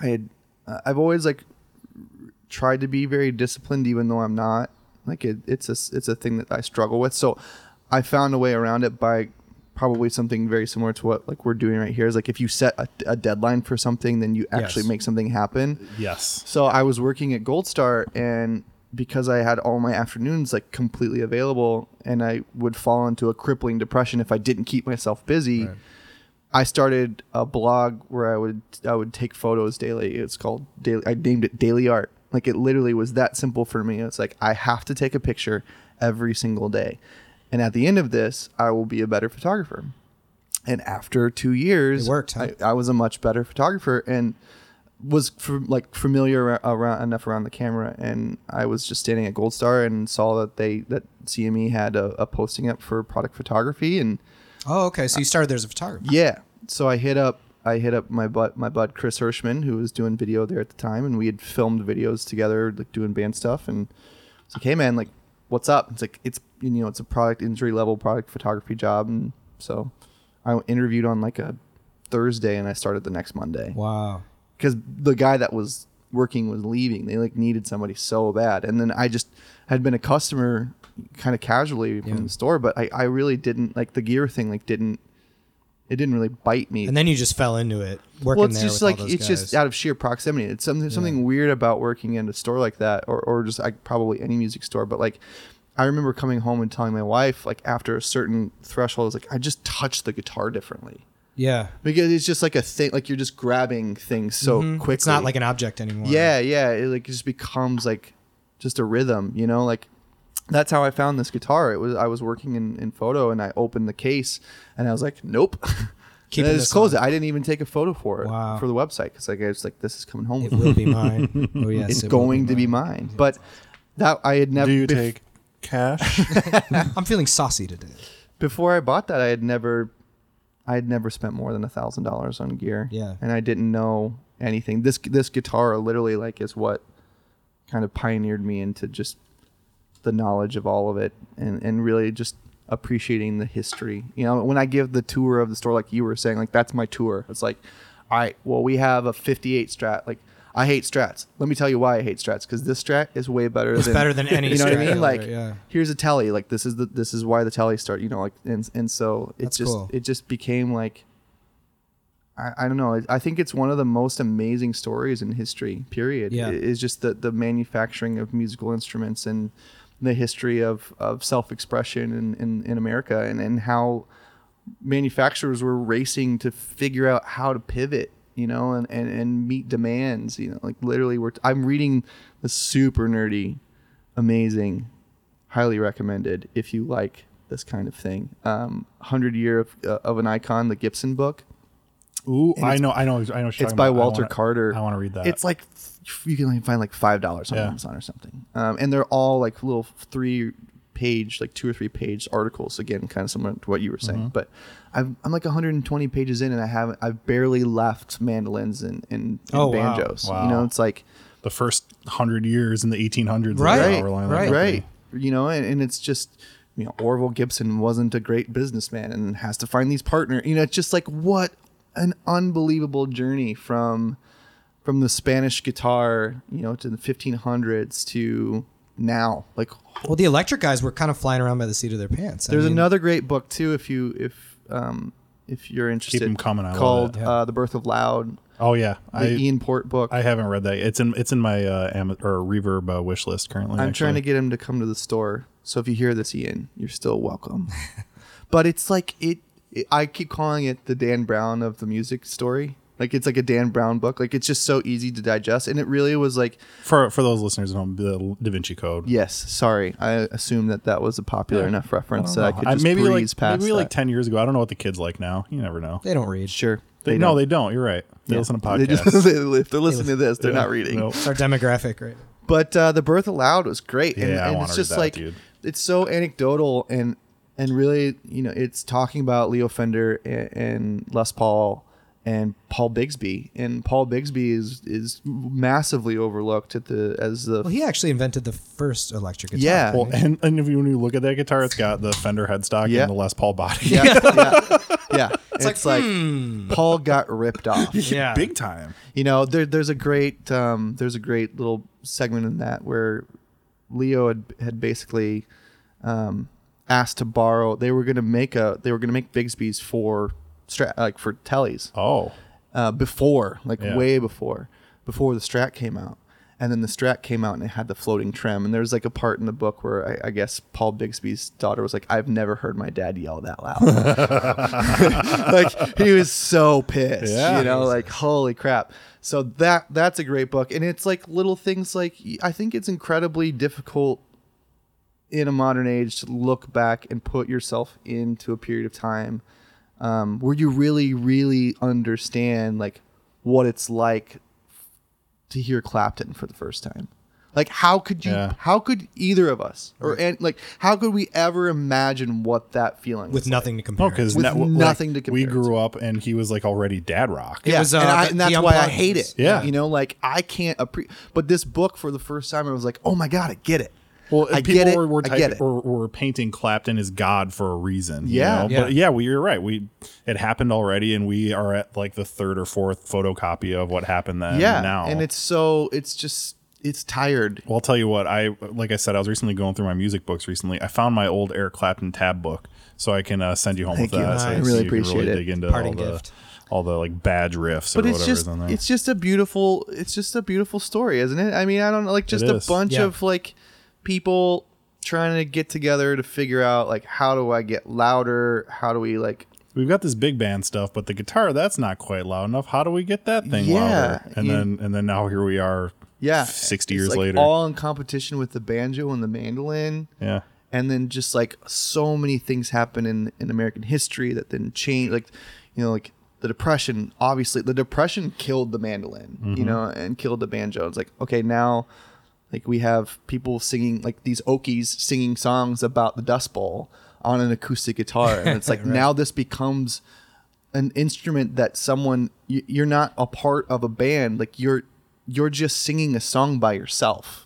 [SPEAKER 2] i had uh, i've always like tried to be very disciplined even though i'm not like it, it's a s- it's a thing that i struggle with so i found a way around it by probably something very similar to what like we're doing right here is like if you set a, a deadline for something then you actually
[SPEAKER 1] Yes.
[SPEAKER 2] make something happen
[SPEAKER 3] Yes.
[SPEAKER 2] so I was working at Gold Star, and because I had all my afternoons like completely available, and I would fall into a crippling depression if I didn't keep myself busy. I started a blog where I would I would take photos daily. It's called daily. I named it Daily Art. Like it literally was that simple for me. It's like I have to take a picture every single day, and at the end of this, I will be a better photographer. And after two years,
[SPEAKER 1] It worked, huh?
[SPEAKER 2] I, I was a much better photographer and was fam- like familiar ar- around enough around the camera. And I was just standing at Gold Star and saw that they that CME had a, a posting up for product photography and.
[SPEAKER 1] Oh, okay. So you started there as a photographer.
[SPEAKER 2] Yeah. So I hit up I hit up my bud my bud Chris Hirschman who was doing video there at the time and we had filmed videos together like doing band stuff and it's like hey man like what's up it's like it's you know it's a product injury level product photography job and so I interviewed on like a Thursday and I started the next Monday
[SPEAKER 1] Wow.
[SPEAKER 2] because the guy that was working was leaving. They like needed somebody so bad, and then I just had been a customer kind of casually from
[SPEAKER 1] Yeah.
[SPEAKER 2] the store, but I, I really didn't like the gear thing. Like didn't it didn't really bite me.
[SPEAKER 1] And then you just fell into it working
[SPEAKER 2] well, it's
[SPEAKER 1] there with
[SPEAKER 2] just
[SPEAKER 1] all
[SPEAKER 2] like
[SPEAKER 1] those
[SPEAKER 2] it's
[SPEAKER 1] guys.
[SPEAKER 2] just out of sheer proximity. It's something something weird about working in a store like that, or or just like probably any music store. But like, I remember coming home and telling my wife like after a certain threshold, I was like, I just touched the guitar differently
[SPEAKER 1] yeah.
[SPEAKER 2] because it's just like a thing. Like you're just grabbing things so quickly.
[SPEAKER 1] Mm-hmm. It's not like an object anymore.
[SPEAKER 2] Yeah, yeah. It like just becomes like just a rhythm, you know, like that's how I found this guitar. It was I was working in, in photo and I opened the case and I was like, Nope.
[SPEAKER 1] Keeping
[SPEAKER 2] and I
[SPEAKER 1] this
[SPEAKER 2] just closed
[SPEAKER 1] on.
[SPEAKER 2] it. I didn't even take a photo for it
[SPEAKER 1] Wow.
[SPEAKER 2] for the website because like I was like, this is coming home
[SPEAKER 1] It
[SPEAKER 2] with me.
[SPEAKER 1] will be mine. Oh yes.
[SPEAKER 2] It's
[SPEAKER 1] it will
[SPEAKER 2] going to be mine. But that I had never
[SPEAKER 3] Do you
[SPEAKER 2] bef-
[SPEAKER 3] take cash?
[SPEAKER 1] I'm feeling saucy today.
[SPEAKER 2] before I bought that I had never I had never spent more than a thousand dollars on gear.
[SPEAKER 1] Yeah.
[SPEAKER 2] And I didn't know anything. This this guitar literally like is what kind of pioneered me into just the knowledge of all of it and, and really just appreciating the history. You know, when I give the tour of the store, like you were saying, like that's my tour. It's like, all right, well, we have a 58 strat. Like, I hate strats. Let me tell you why I hate strats because this strat is way better.
[SPEAKER 1] It's
[SPEAKER 2] than,
[SPEAKER 1] better than any
[SPEAKER 2] You know what
[SPEAKER 1] strat
[SPEAKER 2] I mean?
[SPEAKER 1] out
[SPEAKER 2] Like,
[SPEAKER 1] there, yeah.
[SPEAKER 2] here's a telly. Like, this is the this is why the telly start. You know, like and and so it
[SPEAKER 1] That's
[SPEAKER 2] just
[SPEAKER 1] cool.
[SPEAKER 2] it just became like I, I don't know. I- I think it's one of the most amazing stories in history. Period.
[SPEAKER 1] Yeah.
[SPEAKER 2] I- Is just the the manufacturing of musical instruments and the history of of self expression in, in in America and and how manufacturers were racing to figure out how to pivot. You know, and, and, and meet demands. You know, like literally, we're. T- I'm reading the super nerdy, amazing, highly recommended if you like this kind of thing. Um, Hundred Year of, uh, of an Icon, the Gibson book.
[SPEAKER 3] Ooh, I
[SPEAKER 2] it's-
[SPEAKER 3] know, I know, I know. what you're
[SPEAKER 2] It's
[SPEAKER 3] talking
[SPEAKER 2] by
[SPEAKER 3] about. I
[SPEAKER 2] Walter
[SPEAKER 3] wanna-
[SPEAKER 2] Carter.
[SPEAKER 3] I want to read that.
[SPEAKER 2] It's like f- you can only find like five dollars on
[SPEAKER 3] Yeah.
[SPEAKER 2] Amazon or something, um, and they're all like little three page, like two or three page articles. Again, kind of similar to what you were
[SPEAKER 3] Mm-hmm.
[SPEAKER 2] saying, but I'm, I'm like 120 pages in, and I haven't, I've barely left mandolins and and, and
[SPEAKER 1] Oh, wow.
[SPEAKER 2] banjos.
[SPEAKER 3] Wow.
[SPEAKER 2] You know, it's like
[SPEAKER 3] the first hundred years in the 1800s. of
[SPEAKER 1] Right,
[SPEAKER 3] the Power Line.
[SPEAKER 1] right.
[SPEAKER 2] right you know and, and it's just you know orville gibson wasn't a great businessman and has to find these partner you know it's just like what an unbelievable journey from from the spanish guitar you know to the 1500s to now like
[SPEAKER 1] Well, the electric guys were kind of flying around by the seat of their pants. I
[SPEAKER 2] there's
[SPEAKER 1] mean,
[SPEAKER 2] another great book too if you if um if you're interested
[SPEAKER 3] 'em coming, I love
[SPEAKER 2] called
[SPEAKER 3] that.
[SPEAKER 2] uh, the birth of loud
[SPEAKER 3] Oh yeah,
[SPEAKER 2] the
[SPEAKER 3] I
[SPEAKER 1] e-
[SPEAKER 2] ian port book
[SPEAKER 3] I haven't read that. It's in it's in my uh, Am- or Reverb uh, wish list currently.
[SPEAKER 2] I'm trying to
[SPEAKER 3] actually.
[SPEAKER 2] get him to come to the store. So if you hear this, Ian, you're still welcome. but it's like it, it. I keep calling it the Dan Brown of the music story. Like it's like a Dan Brown book. Like it's just so easy to digest, and it really was like,
[SPEAKER 3] for for those listeners at home, the Da Vinci Code.
[SPEAKER 2] yes, sorry, I assume that that was a popular
[SPEAKER 3] Yeah.
[SPEAKER 2] enough reference that
[SPEAKER 3] I
[SPEAKER 2] I
[SPEAKER 3] don't
[SPEAKER 2] could
[SPEAKER 3] know. I-
[SPEAKER 2] just
[SPEAKER 3] maybe
[SPEAKER 2] breeze
[SPEAKER 3] like
[SPEAKER 2] past.
[SPEAKER 3] maybe like
[SPEAKER 2] that.
[SPEAKER 3] ten years ago. I don't know what the kids like now. You never know.
[SPEAKER 1] They don't read.
[SPEAKER 2] sure,
[SPEAKER 3] They, no,
[SPEAKER 2] don't.
[SPEAKER 3] they don't. You're right. They listen to
[SPEAKER 2] They
[SPEAKER 3] podcasts.
[SPEAKER 2] just, they, if they're listening to this, they're
[SPEAKER 3] Yeah.
[SPEAKER 2] not reading.
[SPEAKER 3] No.
[SPEAKER 1] It's our demographic, right?
[SPEAKER 2] But uh, the birth aloud was great, and,
[SPEAKER 3] Yeah, I
[SPEAKER 2] and
[SPEAKER 3] wanna
[SPEAKER 2] it's
[SPEAKER 3] read
[SPEAKER 2] just
[SPEAKER 3] that,
[SPEAKER 2] like
[SPEAKER 3] dude.
[SPEAKER 2] it's so anecdotal and and really, you know, it's talking about Leo Fender and, and Les Paul and Paul Bigsby, and Paul Bigsby is is massively overlooked at the as the
[SPEAKER 1] Well, he actually invented the first electric guitar.
[SPEAKER 2] yeah.
[SPEAKER 3] Well, and, and if you, when you look at that guitar, it's got the Fender headstock
[SPEAKER 2] Yeah.
[SPEAKER 3] and the Les Paul body.
[SPEAKER 2] yeah, yeah, yeah. It's,
[SPEAKER 1] like,
[SPEAKER 2] like, Paul got ripped off.
[SPEAKER 1] Yeah.
[SPEAKER 3] big time.
[SPEAKER 2] you know there, there's a great um, there's a great little segment in that where leo had, had basically um, asked to borrow they were going to make a they were going to make bigsby's for stra- like for tellies
[SPEAKER 3] Oh,
[SPEAKER 2] uh, before like
[SPEAKER 3] Yeah.
[SPEAKER 2] way before before the strat came out and then the strat came out and it had the floating trim and there's like a part in the book where i, I guess paul bigsby's daughter was like i've never heard my dad yell that loud like he was so pissed
[SPEAKER 3] Yeah.
[SPEAKER 2] you know like holy crap so that that's a great book and it's like little things like i think it's incredibly difficult in a modern age to look back and put yourself into a period of time um, where you really really understand like what it's like to hear clapton for the first time like how could you
[SPEAKER 3] Yeah.
[SPEAKER 2] how could either of us or and like how could we ever imagine what that feeling
[SPEAKER 1] With
[SPEAKER 2] was
[SPEAKER 1] nothing to compare.
[SPEAKER 3] no,
[SPEAKER 1] it to.
[SPEAKER 3] because
[SPEAKER 2] With nothing to
[SPEAKER 3] We
[SPEAKER 2] compare it
[SPEAKER 3] grew up, and he was like already dad rock.
[SPEAKER 1] It
[SPEAKER 2] yeah,
[SPEAKER 1] was, uh,
[SPEAKER 2] and, I,
[SPEAKER 1] the-
[SPEAKER 2] and that's
[SPEAKER 1] the
[SPEAKER 2] why I
[SPEAKER 1] Unplugged
[SPEAKER 2] hate
[SPEAKER 1] was-
[SPEAKER 2] it.
[SPEAKER 3] Yeah.
[SPEAKER 2] you know, like I can't appreciate. But this book, for the first time, I was like, "Oh my god, I get it."
[SPEAKER 3] Well,
[SPEAKER 2] I
[SPEAKER 3] people
[SPEAKER 2] get it.
[SPEAKER 3] were, were,
[SPEAKER 2] I
[SPEAKER 3] typing,
[SPEAKER 2] get it.
[SPEAKER 3] Were, were painting Clapton as God for a reason. you
[SPEAKER 2] Yeah.
[SPEAKER 3] know?
[SPEAKER 1] Yeah.
[SPEAKER 3] but yeah, we, you're right. We it happened already, and we are at like the third or fourth photocopy of what happened then.
[SPEAKER 2] yeah,
[SPEAKER 3] now
[SPEAKER 2] and it's so it's just it's tired.
[SPEAKER 3] Well, I'll tell you what. I like I said, I was recently going through my music books recently. I found my old Eric Clapton tab book, so I can uh, send you home
[SPEAKER 2] Thank
[SPEAKER 3] with
[SPEAKER 2] you.
[SPEAKER 3] that. so
[SPEAKER 2] Nice. I
[SPEAKER 3] so
[SPEAKER 2] really
[SPEAKER 3] you can
[SPEAKER 2] appreciate it.
[SPEAKER 3] Dig into
[SPEAKER 1] Parting
[SPEAKER 3] all the,
[SPEAKER 1] gift.
[SPEAKER 3] all the like badge riffs or
[SPEAKER 2] But it's
[SPEAKER 3] whatever
[SPEAKER 2] just
[SPEAKER 3] is on there.
[SPEAKER 2] it's just a beautiful it's just a beautiful story, isn't it? I mean, I don't know, like just
[SPEAKER 3] It
[SPEAKER 2] a
[SPEAKER 3] is.
[SPEAKER 2] bunch
[SPEAKER 1] Yeah.
[SPEAKER 2] of like people trying to get together to figure out like how do I get louder? How do we like
[SPEAKER 3] We've got this big band stuff, but the guitar that's not quite loud enough. How do we get that thing
[SPEAKER 2] Yeah,
[SPEAKER 3] louder? And
[SPEAKER 2] you-
[SPEAKER 3] then and then now here we are.
[SPEAKER 2] yeah,
[SPEAKER 3] sixty
[SPEAKER 2] it's,
[SPEAKER 3] years
[SPEAKER 2] like,
[SPEAKER 3] later.
[SPEAKER 2] all in competition with the banjo and the mandolin.
[SPEAKER 3] yeah.
[SPEAKER 2] and then just like so many things happen in, in American history that then change like you know like the depression obviously the depression killed the mandolin
[SPEAKER 1] Mm-hmm.
[SPEAKER 2] you know and killed the banjo it's like okay now like we have people singing like these Okies singing songs about the dust bowl on an acoustic guitar and it's like now this becomes an instrument that someone you- you're not a part of a band like you're you're just singing a song by yourself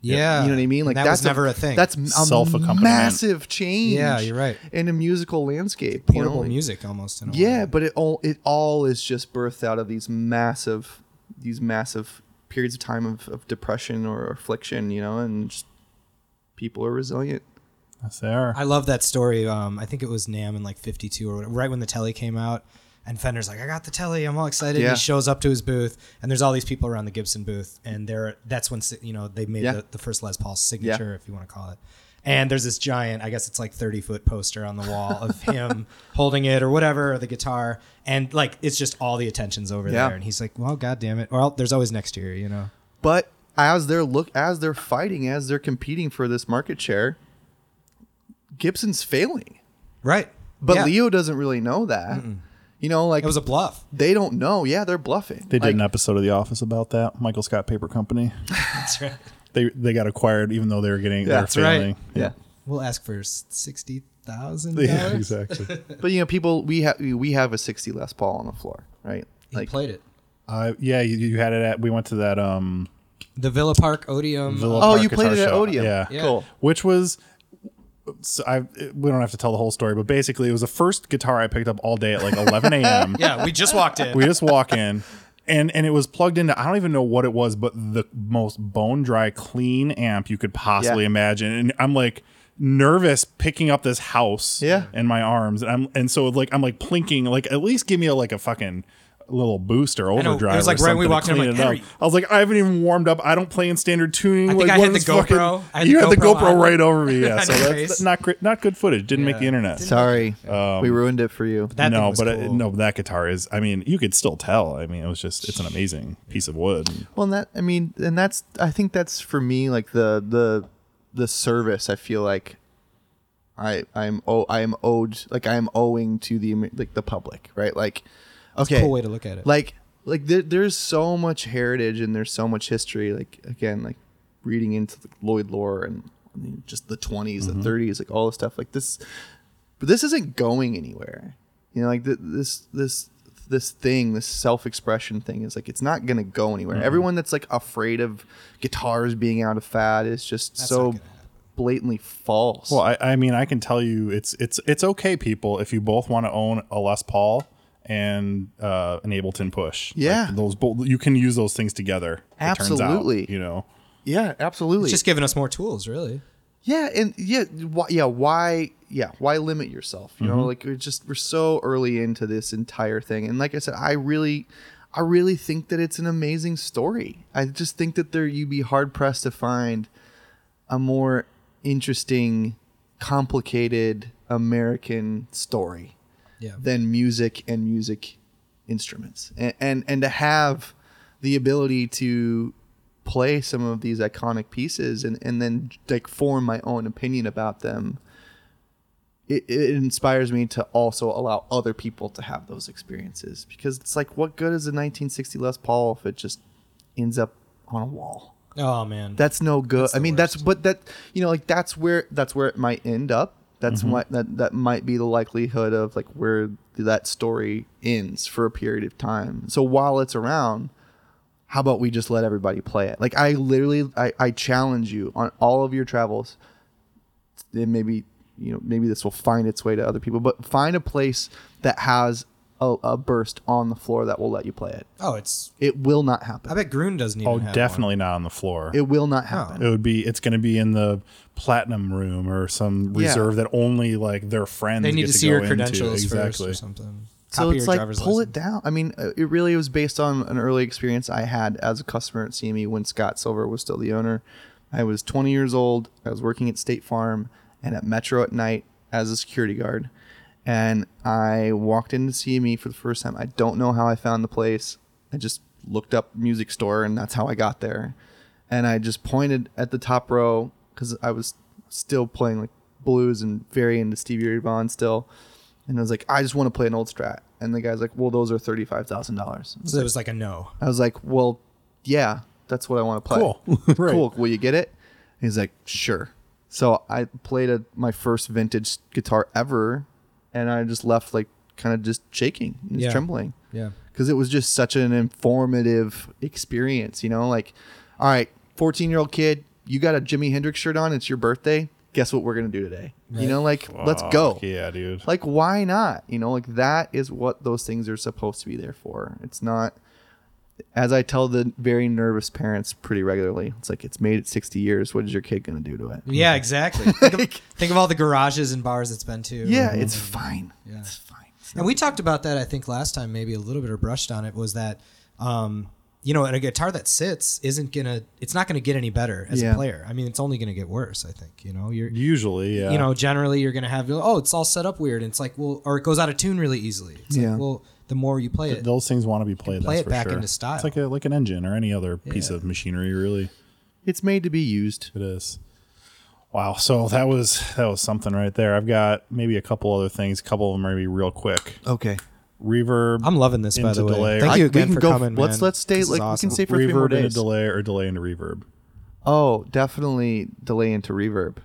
[SPEAKER 1] yeah.
[SPEAKER 2] you know what I mean?
[SPEAKER 1] And
[SPEAKER 2] Like
[SPEAKER 1] that
[SPEAKER 2] that's
[SPEAKER 1] was never a thing.
[SPEAKER 2] That's a
[SPEAKER 3] Self-accompaniment.
[SPEAKER 2] massive change.
[SPEAKER 1] Yeah, you're right.
[SPEAKER 2] In a musical landscape, you know,
[SPEAKER 1] portable
[SPEAKER 2] like-
[SPEAKER 1] music almost. In a
[SPEAKER 2] Yeah,
[SPEAKER 1] way.
[SPEAKER 2] but it all it all is just birthed out of these massive, these massive periods of time of, of depression or affliction. You know, and just people are resilient.
[SPEAKER 3] That's there.
[SPEAKER 1] I love that story. Um, I think it was Nam in like '52 or whatever, right when the telly came out. And Fender's like, I got the telly. I'm all excited.
[SPEAKER 2] Yeah.
[SPEAKER 1] And he shows up to his booth, and there's all these people around the Gibson booth, and they're that's when si- you know they made
[SPEAKER 2] Yeah.
[SPEAKER 1] the, the first Les Paul signature, if you want to call it. And there's this giant, I guess it's like 30 foot poster on the wall of him holding it or whatever, or the guitar, and like it's just all the attention's over
[SPEAKER 2] Yeah.
[SPEAKER 1] there. And he's like, well, god damn it. Or else- there's always next year, you know.
[SPEAKER 2] But as they're look as they're fighting, as they're competing for this market share, Gibson's failing.
[SPEAKER 1] Right.
[SPEAKER 2] But
[SPEAKER 1] Yeah.
[SPEAKER 2] Leo doesn't really know that. You know, like
[SPEAKER 1] it was a bluff.
[SPEAKER 2] they don't know. Yeah, they're bluffing.
[SPEAKER 3] They did
[SPEAKER 2] Like,
[SPEAKER 3] an episode of The Office about that. Michael Scott Paper Company.
[SPEAKER 1] That's right.
[SPEAKER 3] They they got acquired even though they were getting they were
[SPEAKER 2] that's
[SPEAKER 1] right.
[SPEAKER 3] failing.
[SPEAKER 2] Yeah.
[SPEAKER 1] We'll ask for sixty thousand
[SPEAKER 3] Yeah,
[SPEAKER 1] dollars.
[SPEAKER 3] exactly.
[SPEAKER 2] But you know, people we have we have a sixty Les Paul on the floor, right?
[SPEAKER 1] He
[SPEAKER 2] Like
[SPEAKER 1] played it.
[SPEAKER 3] uh, yeah, you, you had it at. We went to that um,
[SPEAKER 1] The Villa Park uh, Odeum.
[SPEAKER 3] Villa
[SPEAKER 2] Oh,
[SPEAKER 3] Park
[SPEAKER 2] you played
[SPEAKER 3] guitar
[SPEAKER 2] it at
[SPEAKER 3] show.
[SPEAKER 2] Odeum.
[SPEAKER 3] Yeah.
[SPEAKER 1] Yeah.
[SPEAKER 2] Cool.
[SPEAKER 3] which was so I we don't have to tell the whole story, but basically it was the first guitar I picked up all day at like 11 a.m.
[SPEAKER 1] yeah, we just walked in.
[SPEAKER 3] We just walk in, and and it was plugged into I don't even know what it was, but the most bone dry clean amp you could possibly
[SPEAKER 2] Yeah.
[SPEAKER 3] imagine, and I'm like nervous picking up this house
[SPEAKER 2] Yeah.
[SPEAKER 3] in my arms and i'm and so like i'm like plinking like at least give me a like a fucking little boost or
[SPEAKER 1] know. It
[SPEAKER 3] overdrive
[SPEAKER 1] was
[SPEAKER 3] or
[SPEAKER 1] like right when we
[SPEAKER 3] something to
[SPEAKER 1] walked in, I'm
[SPEAKER 3] clean
[SPEAKER 1] like,
[SPEAKER 3] it up.
[SPEAKER 1] "Harry."
[SPEAKER 3] i was like i haven't even warmed up i don't play in standard tuning
[SPEAKER 1] think
[SPEAKER 3] like,
[SPEAKER 1] I
[SPEAKER 3] what
[SPEAKER 1] had the
[SPEAKER 3] is fucking-
[SPEAKER 1] GoPro. I had
[SPEAKER 3] you
[SPEAKER 1] the
[SPEAKER 3] had the
[SPEAKER 1] GoPro
[SPEAKER 3] gopro
[SPEAKER 1] on.
[SPEAKER 3] right over me yeah
[SPEAKER 1] had
[SPEAKER 3] so
[SPEAKER 1] my
[SPEAKER 3] that's
[SPEAKER 1] face.
[SPEAKER 3] not great not good footage didn't make the
[SPEAKER 1] Yeah.
[SPEAKER 3] internet
[SPEAKER 2] Sorry, we ruined it for you.
[SPEAKER 1] That thing
[SPEAKER 3] no,
[SPEAKER 1] was
[SPEAKER 3] but it,
[SPEAKER 1] cool.
[SPEAKER 3] no, but that guitar is. I mean, you could still tell. I mean, it was just it's an amazing piece of wood.
[SPEAKER 2] Well, and that I mean, and that's I think that's for me like the the the service. I feel like I I'm oh I am owed like I am owing to the Amer- like the public, right? Like, okay,
[SPEAKER 1] cool way to look at it.
[SPEAKER 2] like like there, there's so much heritage and there's so much history. Like again, like reading into the Lloyd lore and I mean, just the 20s,
[SPEAKER 1] Mm-hmm.
[SPEAKER 2] the 30s, like all the stuff like this. But this isn't going anywhere. You know, like th- this this this thing, this self-expression thing is like it's not gonna go anywhere.
[SPEAKER 1] Mm-hmm.
[SPEAKER 2] Everyone that's like afraid of guitars being out of fad is just
[SPEAKER 1] That's not
[SPEAKER 2] so
[SPEAKER 1] gonna happen.
[SPEAKER 2] blatantly false.
[SPEAKER 3] Well, I, I mean, I can tell you, it's it's it's okay, people. If you both want to own a Les Paul and uh, an Ableton Push, Like,
[SPEAKER 2] Yeah.
[SPEAKER 3] those bo- you can use those things together. it turns out,
[SPEAKER 2] Absolutely.
[SPEAKER 3] you know,
[SPEAKER 2] yeah, absolutely.
[SPEAKER 1] It's just giving us more tools, really.
[SPEAKER 2] Yeah, and yeah, why, yeah, why, yeah, why limit yourself? You know, like we're just we're so early into this entire thing, and like I said, I really, I really think that it's an amazing story. I just think that there you'd be hard pressed to find a more interesting, complicated American story
[SPEAKER 1] Yeah.
[SPEAKER 2] than music and music instruments and, and and to have the ability to play some of these iconic pieces and and then like form my own opinion about them it, it inspires me to also allow other people to have those experiences because it's like what good is a 1960 les paul if it just ends up on a wall
[SPEAKER 1] Oh man.
[SPEAKER 2] that's no good. I
[SPEAKER 1] the
[SPEAKER 2] mean, that's but that you know, like that's where that's where it might end up. That's what that that might be the likelihood of like where that story ends for a period of time. So while it's around, how about we just let everybody play it? Like I literally, I, I challenge you on all of your travels. And maybe you know, maybe this will find its way to other people, but find a place that has a, a burst on the floor that will let you play it.
[SPEAKER 1] oh, it's.
[SPEAKER 2] It will not
[SPEAKER 1] I
[SPEAKER 2] happen.
[SPEAKER 1] bet Groon doesn't even.
[SPEAKER 3] oh,
[SPEAKER 1] have
[SPEAKER 3] definitely not on the floor. It,
[SPEAKER 2] It will not happen.
[SPEAKER 3] would be it's going to be in the platinum room or some
[SPEAKER 2] Yeah.
[SPEAKER 3] reserve that only like their friends.
[SPEAKER 1] One. They need
[SPEAKER 3] get
[SPEAKER 1] to
[SPEAKER 3] to
[SPEAKER 1] see
[SPEAKER 3] go
[SPEAKER 1] your
[SPEAKER 3] into.
[SPEAKER 1] credentials first
[SPEAKER 3] exactly.
[SPEAKER 1] or something.
[SPEAKER 2] so
[SPEAKER 1] Copy
[SPEAKER 2] it's
[SPEAKER 1] your
[SPEAKER 2] like
[SPEAKER 1] driver's
[SPEAKER 2] pull
[SPEAKER 1] license.
[SPEAKER 2] it down i mean uh, it really was based on an early experience i had as a customer at cme when scott silver was still the owner i was 20 years old i was working at state farm and at metro at night as a security guard and i walked into cme for the first time i don't know how i found the place i just looked up music store and that's how i got there and i just pointed at the top row because i was still playing like blues and very into stevie ray vaughan still and I was like, I just want to play an old strat. And the guy's like, Well, those are thirty five thousand dollars.
[SPEAKER 1] So it was like a no.
[SPEAKER 2] I was like, Well, yeah, that's what I want to play.
[SPEAKER 3] Cool. Right.
[SPEAKER 2] Cool. Will you get it? And he's like, Sure. So I played a, my first vintage guitar ever, and I just left like kind of just shaking, and just
[SPEAKER 1] Yeah.
[SPEAKER 2] trembling
[SPEAKER 1] Yeah.
[SPEAKER 2] because it was just such an informative experience. You know, like, all right, 14 year old kid, you got a Jimi Hendrix shirt on. It's your birthday. Guess what we're going to do today? You know, like, let's
[SPEAKER 3] Fuck
[SPEAKER 2] go.
[SPEAKER 3] Yeah, dude.
[SPEAKER 2] Like, why not? You know, like that is what those things are supposed to be there for. It's not, as I tell the very nervous parents pretty regularly, it's like, it's made it 60 years. What is your kid going to do to it?
[SPEAKER 1] Yeah, exactly. Think of, think of all the garages and bars it's been to.
[SPEAKER 2] Yeah, it's fine.
[SPEAKER 1] Yeah.
[SPEAKER 2] It's fine. It's
[SPEAKER 1] And we talked about that, I think, last time, maybe a little bit or brushed on it, was that, um, you know, and a guitar that sits isn't gonna, it's not gonna get any better as
[SPEAKER 2] Yeah.
[SPEAKER 1] a player. I mean, it's only gonna get worse. I think, you know, you're,
[SPEAKER 3] Usually, yeah.
[SPEAKER 1] you know, generally you're gonna have, oh, it's all set up weird, and it's like, well, or it goes out of tune really easily. It's
[SPEAKER 2] Yeah.
[SPEAKER 1] Like, well, the more you play it,
[SPEAKER 3] those things want to be played.
[SPEAKER 1] play
[SPEAKER 3] that's
[SPEAKER 1] it
[SPEAKER 3] for
[SPEAKER 1] back
[SPEAKER 3] sure.
[SPEAKER 1] into style.
[SPEAKER 3] It's like a like an engine or any other piece
[SPEAKER 1] Yeah.
[SPEAKER 3] of machinery. Really,
[SPEAKER 2] It's made to be used.
[SPEAKER 3] it is. Wow. So that was that was something right there. I've got maybe a couple other things. A couple of them maybe real quick.
[SPEAKER 2] Okay.
[SPEAKER 3] Reverb.
[SPEAKER 1] I'm loving this by
[SPEAKER 3] Into
[SPEAKER 1] the way.
[SPEAKER 3] delay.
[SPEAKER 1] Thank
[SPEAKER 3] I-
[SPEAKER 1] you
[SPEAKER 2] we
[SPEAKER 1] again
[SPEAKER 2] can
[SPEAKER 1] for
[SPEAKER 2] go-
[SPEAKER 1] coming.
[SPEAKER 2] let's-
[SPEAKER 1] man.
[SPEAKER 2] let's stay-
[SPEAKER 1] This is
[SPEAKER 2] like, we can
[SPEAKER 1] awesome.
[SPEAKER 2] stay for three more
[SPEAKER 3] reverb into
[SPEAKER 2] days.
[SPEAKER 3] delay or delay into reverb.
[SPEAKER 2] Oh, definitely delay into reverb.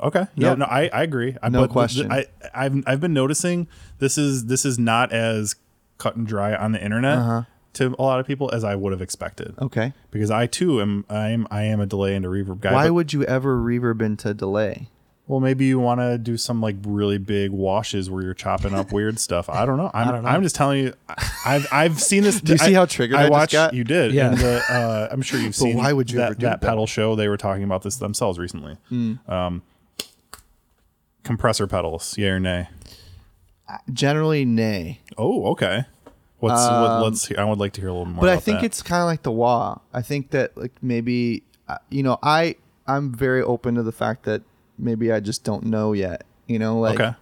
[SPEAKER 3] Okay. No,
[SPEAKER 2] Yeah.
[SPEAKER 3] no, I, I agree. I,
[SPEAKER 2] No
[SPEAKER 3] but th-
[SPEAKER 2] question.
[SPEAKER 3] I, I've I've been noticing this is this is not as cut and dry on the internet
[SPEAKER 1] Uh-huh.
[SPEAKER 3] to a lot of people as I would have expected.
[SPEAKER 2] Okay.
[SPEAKER 3] Because I too am I am I am a delay into reverb guy.
[SPEAKER 2] Why
[SPEAKER 3] but-
[SPEAKER 2] would you ever reverb into delay?
[SPEAKER 3] well, maybe you want to do some like really big washes where you're chopping up weird stuff. I don't know. I'm, I
[SPEAKER 1] don't know.
[SPEAKER 3] am just telling you. I- I've I've seen this.
[SPEAKER 2] Do you see how triggered I just
[SPEAKER 3] watched?
[SPEAKER 2] got?
[SPEAKER 3] You did.
[SPEAKER 1] Yeah.
[SPEAKER 3] And the, uh, I'm sure you've seen.
[SPEAKER 2] why would you
[SPEAKER 3] that,
[SPEAKER 2] ever do
[SPEAKER 3] that
[SPEAKER 2] that? Hmm.
[SPEAKER 3] pedal show? They were talking about this themselves recently. Um, compressor pedals, yay or nay?
[SPEAKER 2] Generally, nay.
[SPEAKER 3] Oh, okay. What's what, let's? hear- I would like to hear a little more.
[SPEAKER 2] Um, but I
[SPEAKER 3] about
[SPEAKER 2] think
[SPEAKER 3] that.
[SPEAKER 2] it's kind of like the wah. I think that like maybe uh, you know I I'm very open to the fact that maybe I just don't know yet. You know, like
[SPEAKER 3] Okay.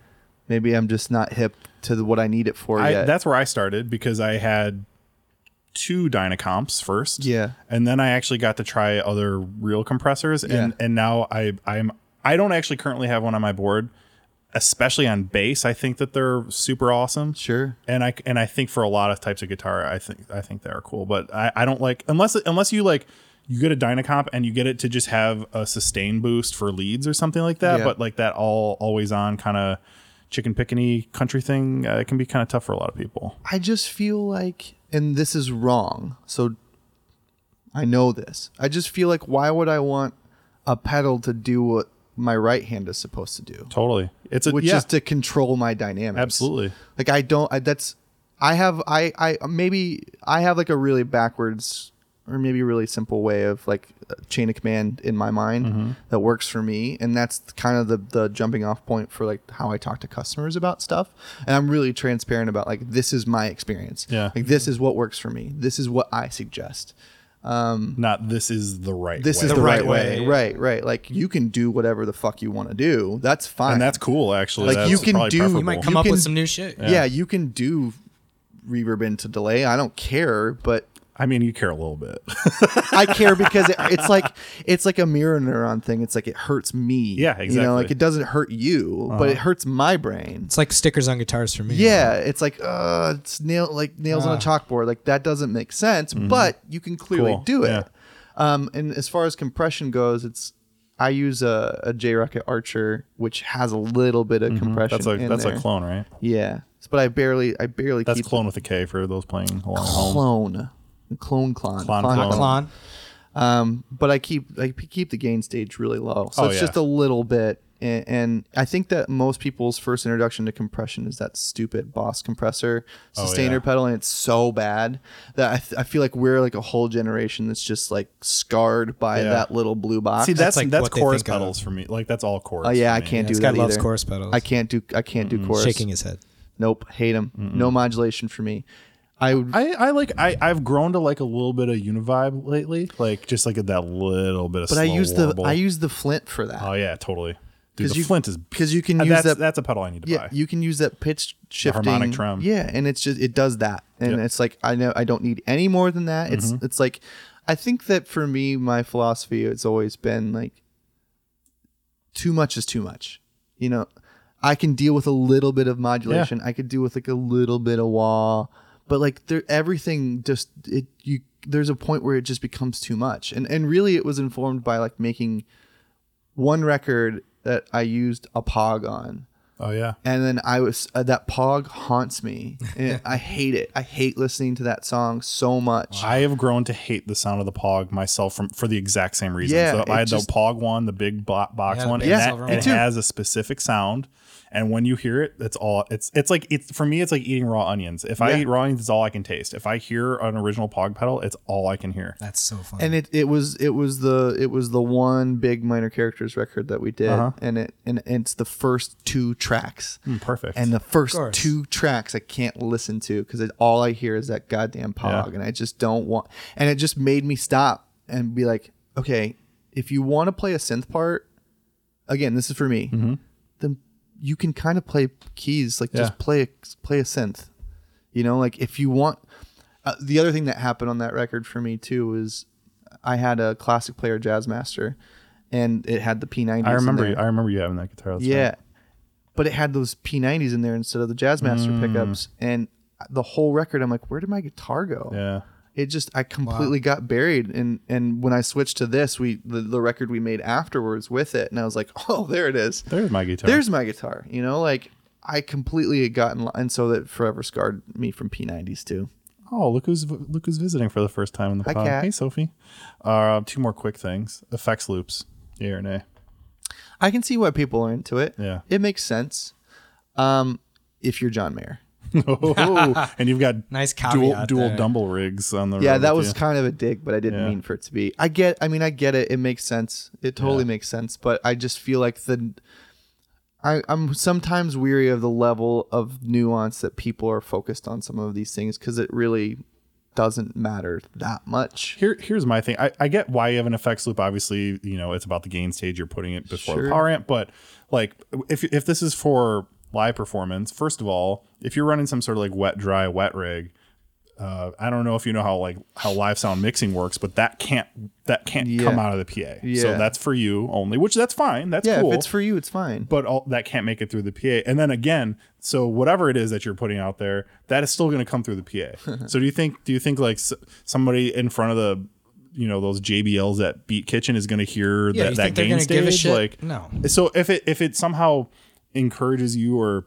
[SPEAKER 2] maybe I'm just not hip to the, what I need it for
[SPEAKER 3] I,
[SPEAKER 2] yet.
[SPEAKER 3] that's where I started because I had two Dynacomps first.
[SPEAKER 2] Yeah.
[SPEAKER 3] And then I actually got to try other real compressors and
[SPEAKER 2] Yeah.
[SPEAKER 3] and now I I'm I don't actually currently have one on my board, especially on bass. I think that they're super awesome.
[SPEAKER 2] sure.
[SPEAKER 3] And I and I think for a lot of types of guitar, I think I think they are cool. But I, I don't like unless unless you like you get a Dynacomp and you get it to just have a sustain boost for leads or something like that.
[SPEAKER 2] Yeah.
[SPEAKER 3] But like that all always on kind of chicken pickany country thing, uh, it can be kind of tough for a lot of people.
[SPEAKER 2] I just feel like, and this is wrong. So I know this. I just feel like why would I want a pedal to do what my right hand is supposed to do,
[SPEAKER 3] Totally, it's a
[SPEAKER 2] which
[SPEAKER 3] yeah,
[SPEAKER 2] is to control my dynamics.
[SPEAKER 3] absolutely.
[SPEAKER 2] like i don't I, that's i have i i maybe i have like a really backwards or maybe a really simple way of like uh, chain of command in my mind that works for me and that's kind of the the jumping off point for like how i talk to customers about stuff and i'm really transparent about like this is my experience
[SPEAKER 3] Yeah.
[SPEAKER 2] like this is what works for me this is what i suggest
[SPEAKER 3] Not this is the right.
[SPEAKER 2] this
[SPEAKER 3] way.
[SPEAKER 2] is the, right,
[SPEAKER 1] right
[SPEAKER 2] way,
[SPEAKER 1] way.
[SPEAKER 2] right right like you can do whatever the fuck you want to do that's fine
[SPEAKER 3] and that's cool actually.
[SPEAKER 2] Like,
[SPEAKER 3] That's
[SPEAKER 2] you can
[SPEAKER 3] probably
[SPEAKER 2] do-
[SPEAKER 3] preferable.
[SPEAKER 1] You might
[SPEAKER 2] You
[SPEAKER 1] come up
[SPEAKER 2] can-
[SPEAKER 1] with some new shit.
[SPEAKER 2] yeah. you can do reverb into delay i don't care but
[SPEAKER 3] I mean, you care a little bit.
[SPEAKER 2] I care because it, it's like it's like a mirror neuron thing. It's like it hurts me.
[SPEAKER 3] Yeah,
[SPEAKER 2] You know,
[SPEAKER 3] exactly. Uh-huh.
[SPEAKER 2] like it doesn't hurt you, but it hurts my brain.
[SPEAKER 1] It's like stickers on guitars for me.
[SPEAKER 2] Yeah, it's like uh, it's nail like nails
[SPEAKER 3] Ah.
[SPEAKER 2] on a chalkboard. Like that doesn't make sense, but you can clearly
[SPEAKER 3] Mm-hmm. Cool.
[SPEAKER 2] do it.
[SPEAKER 3] Yeah.
[SPEAKER 2] Um, and as far as compression goes, it's I use a, a J Rocket Archer, which has a little bit of compression.
[SPEAKER 3] Mm-hmm. That's a
[SPEAKER 2] in
[SPEAKER 3] that's
[SPEAKER 2] there.
[SPEAKER 3] a clone, right?
[SPEAKER 2] Yeah, but I barely I barely
[SPEAKER 3] That's
[SPEAKER 2] keep
[SPEAKER 3] clone with a K for those playing along at home.
[SPEAKER 2] clone. Clone clon.
[SPEAKER 3] Clon
[SPEAKER 2] Clon
[SPEAKER 3] clone.
[SPEAKER 2] clon.
[SPEAKER 1] Klon.
[SPEAKER 2] Um, but I keep I p- keep the gain stage really low, so
[SPEAKER 3] Oh,
[SPEAKER 2] it's
[SPEAKER 3] yeah.
[SPEAKER 2] just a little bit. And, and I think that most people's first introduction to compression is that stupid Boss compressor sustainer
[SPEAKER 3] Oh, yeah.
[SPEAKER 2] pedal, and it's so bad that I, th- I feel like we're like a whole generation that's just like scarred by
[SPEAKER 3] Yeah.
[SPEAKER 2] that little blue box.
[SPEAKER 3] See, that's that's,
[SPEAKER 1] like, what they
[SPEAKER 3] chorus
[SPEAKER 1] think of.
[SPEAKER 3] pedals for me. Like that's all chorus.
[SPEAKER 2] oh yeah, I
[SPEAKER 3] for me.
[SPEAKER 2] can't
[SPEAKER 1] This
[SPEAKER 2] do
[SPEAKER 1] guy
[SPEAKER 2] that
[SPEAKER 1] loves
[SPEAKER 2] either.
[SPEAKER 1] chorus pedals.
[SPEAKER 2] I can't do I can't do chorus.
[SPEAKER 1] Shaking his head.
[SPEAKER 2] Nope, hate him. No modulation for me. I would
[SPEAKER 3] I, I like I I've grown to like a little bit of univibe lately, like just like that little bit of.
[SPEAKER 2] but I
[SPEAKER 3] slow
[SPEAKER 2] use the
[SPEAKER 3] warble.
[SPEAKER 2] I use the flint for that.
[SPEAKER 3] oh yeah, totally. Dude,
[SPEAKER 2] 'Cause
[SPEAKER 3] the
[SPEAKER 2] you-
[SPEAKER 3] Flint is
[SPEAKER 2] 'cause you can
[SPEAKER 3] uh,
[SPEAKER 2] use
[SPEAKER 3] that's,
[SPEAKER 2] that-
[SPEAKER 3] That's a pedal I need to
[SPEAKER 2] Yeah,
[SPEAKER 3] buy.
[SPEAKER 2] you can use that pitch shifting
[SPEAKER 3] harmonic trim.
[SPEAKER 2] Yeah, and it's just it does that, and
[SPEAKER 3] Yeah.
[SPEAKER 2] it's like I know I don't need any more than that. It's
[SPEAKER 3] Mm-hmm.
[SPEAKER 2] it's like I think that for me, my philosophy has always been like too much is too much. You know, I can deal with a little bit of modulation. I could deal with like a little bit of wah, but like there, everything just it you. There's a point where it just becomes too much, and and really it was informed by like making one record that I used a pog on
[SPEAKER 3] oh yeah.
[SPEAKER 2] and then I was uh, that pog haunts me. And I hate it. I hate listening to that song so much.
[SPEAKER 3] I have grown to hate the sound of the Pog myself from for the exact same reason.
[SPEAKER 2] Yeah,
[SPEAKER 3] so I
[SPEAKER 2] it
[SPEAKER 3] had
[SPEAKER 2] just-
[SPEAKER 3] the Pog one, the big bo- box
[SPEAKER 1] Yeah, the
[SPEAKER 3] one,
[SPEAKER 1] big
[SPEAKER 3] and
[SPEAKER 1] silver
[SPEAKER 3] that,
[SPEAKER 1] one.
[SPEAKER 3] it
[SPEAKER 1] Me too.
[SPEAKER 3] has a specific sound. And when you hear it, that's all. It's it's like it's for me. It's like eating raw onions. If I
[SPEAKER 2] Yeah.
[SPEAKER 3] eat raw onions, it's all I can taste. If I hear an original Pog pedal, it's all I can hear.
[SPEAKER 1] That's so funny.
[SPEAKER 2] And it, it was it was the it was the one big minor characters record that we did, and it and it's the first two tracks.
[SPEAKER 3] perfect.
[SPEAKER 2] And the first
[SPEAKER 1] course.
[SPEAKER 2] two tracks I can't listen to because all I hear is that goddamn pog,
[SPEAKER 3] Yeah.
[SPEAKER 2] and I just don't want. And it just made me stop and be like, okay, if you want to play a synth part, again, this is for me.
[SPEAKER 3] Mm-hmm.
[SPEAKER 2] Then you can kind of play keys, like
[SPEAKER 3] Yeah.
[SPEAKER 2] just play a, play a synth. You know, like if you want. Uh, the other thing that happened on that record for me too was I had a classic player jazz master, and it had the P90.
[SPEAKER 3] I remember you. I remember you having that guitar. That's
[SPEAKER 2] Yeah.
[SPEAKER 3] right.
[SPEAKER 2] But it had those P90s in there instead of the Jazzmaster
[SPEAKER 3] Mm.
[SPEAKER 2] pickups. And the whole record, I'm like, where did my guitar go?
[SPEAKER 3] Yeah.
[SPEAKER 2] It just, I completely got buried. And and when I switched to this, we the, the record we made afterwards with it, and I was like, oh, there it is.
[SPEAKER 3] There's my guitar.
[SPEAKER 2] There's my guitar. You know, like I completely had gotten, and so that forever scarred me from P90s too.
[SPEAKER 3] Oh, look who's look who's visiting for the first time in the
[SPEAKER 2] Hi,
[SPEAKER 3] pod.
[SPEAKER 2] Kat.
[SPEAKER 3] Hey, Sophie. Uh, two more quick things. Effects loops. Yeah or nay?
[SPEAKER 2] I can see why people are into it.
[SPEAKER 3] Yeah.
[SPEAKER 2] It makes sense. Um, if you're John Mayer.
[SPEAKER 3] Oh, and you've got
[SPEAKER 1] Nice
[SPEAKER 3] dual
[SPEAKER 1] caveat
[SPEAKER 3] dual
[SPEAKER 1] there.
[SPEAKER 3] dumble rigs on the
[SPEAKER 2] Yeah,
[SPEAKER 3] road
[SPEAKER 2] that
[SPEAKER 3] with
[SPEAKER 2] was
[SPEAKER 3] you.
[SPEAKER 2] kind of a dig, but I didn't
[SPEAKER 3] Yeah.
[SPEAKER 2] mean for it to be. I get. I mean, I get it. It makes sense. It totally makes sense. But I just feel like the. I, I'm sometimes weary of the level of nuance that people are focused on some of these things because it really doesn't matter that much.
[SPEAKER 3] Here, here's my thing. I, I get why you have an effects loop. Obviously, you know it's about the gain stage. You're putting it before the
[SPEAKER 2] Sure.
[SPEAKER 3] power amp, but like if if this is for live performance, first of all, if you're running some sort of like wet dry wet rig, uh, I don't know if you know how like how live sound mixing works, but that can't that can't
[SPEAKER 2] Yeah.
[SPEAKER 3] come out of the PA. So
[SPEAKER 2] Yeah.
[SPEAKER 3] that's for you only, which that's fine. That's
[SPEAKER 2] Yeah,
[SPEAKER 3] cool.
[SPEAKER 2] if it's for you, it's fine.
[SPEAKER 3] but all that can't make it through the PA. And then again, so whatever it is that you're putting out there, that is still going to come through the PA. so do you think do you think like s- somebody in front of the you know those JBLs at Beat Kitchen is going to hear
[SPEAKER 1] Yeah,
[SPEAKER 3] that
[SPEAKER 1] you
[SPEAKER 3] that
[SPEAKER 1] think they're
[SPEAKER 3] gain
[SPEAKER 1] gonna
[SPEAKER 3] stage
[SPEAKER 1] give a shit?
[SPEAKER 3] like
[SPEAKER 1] No.
[SPEAKER 3] So if it if it somehow encourages you or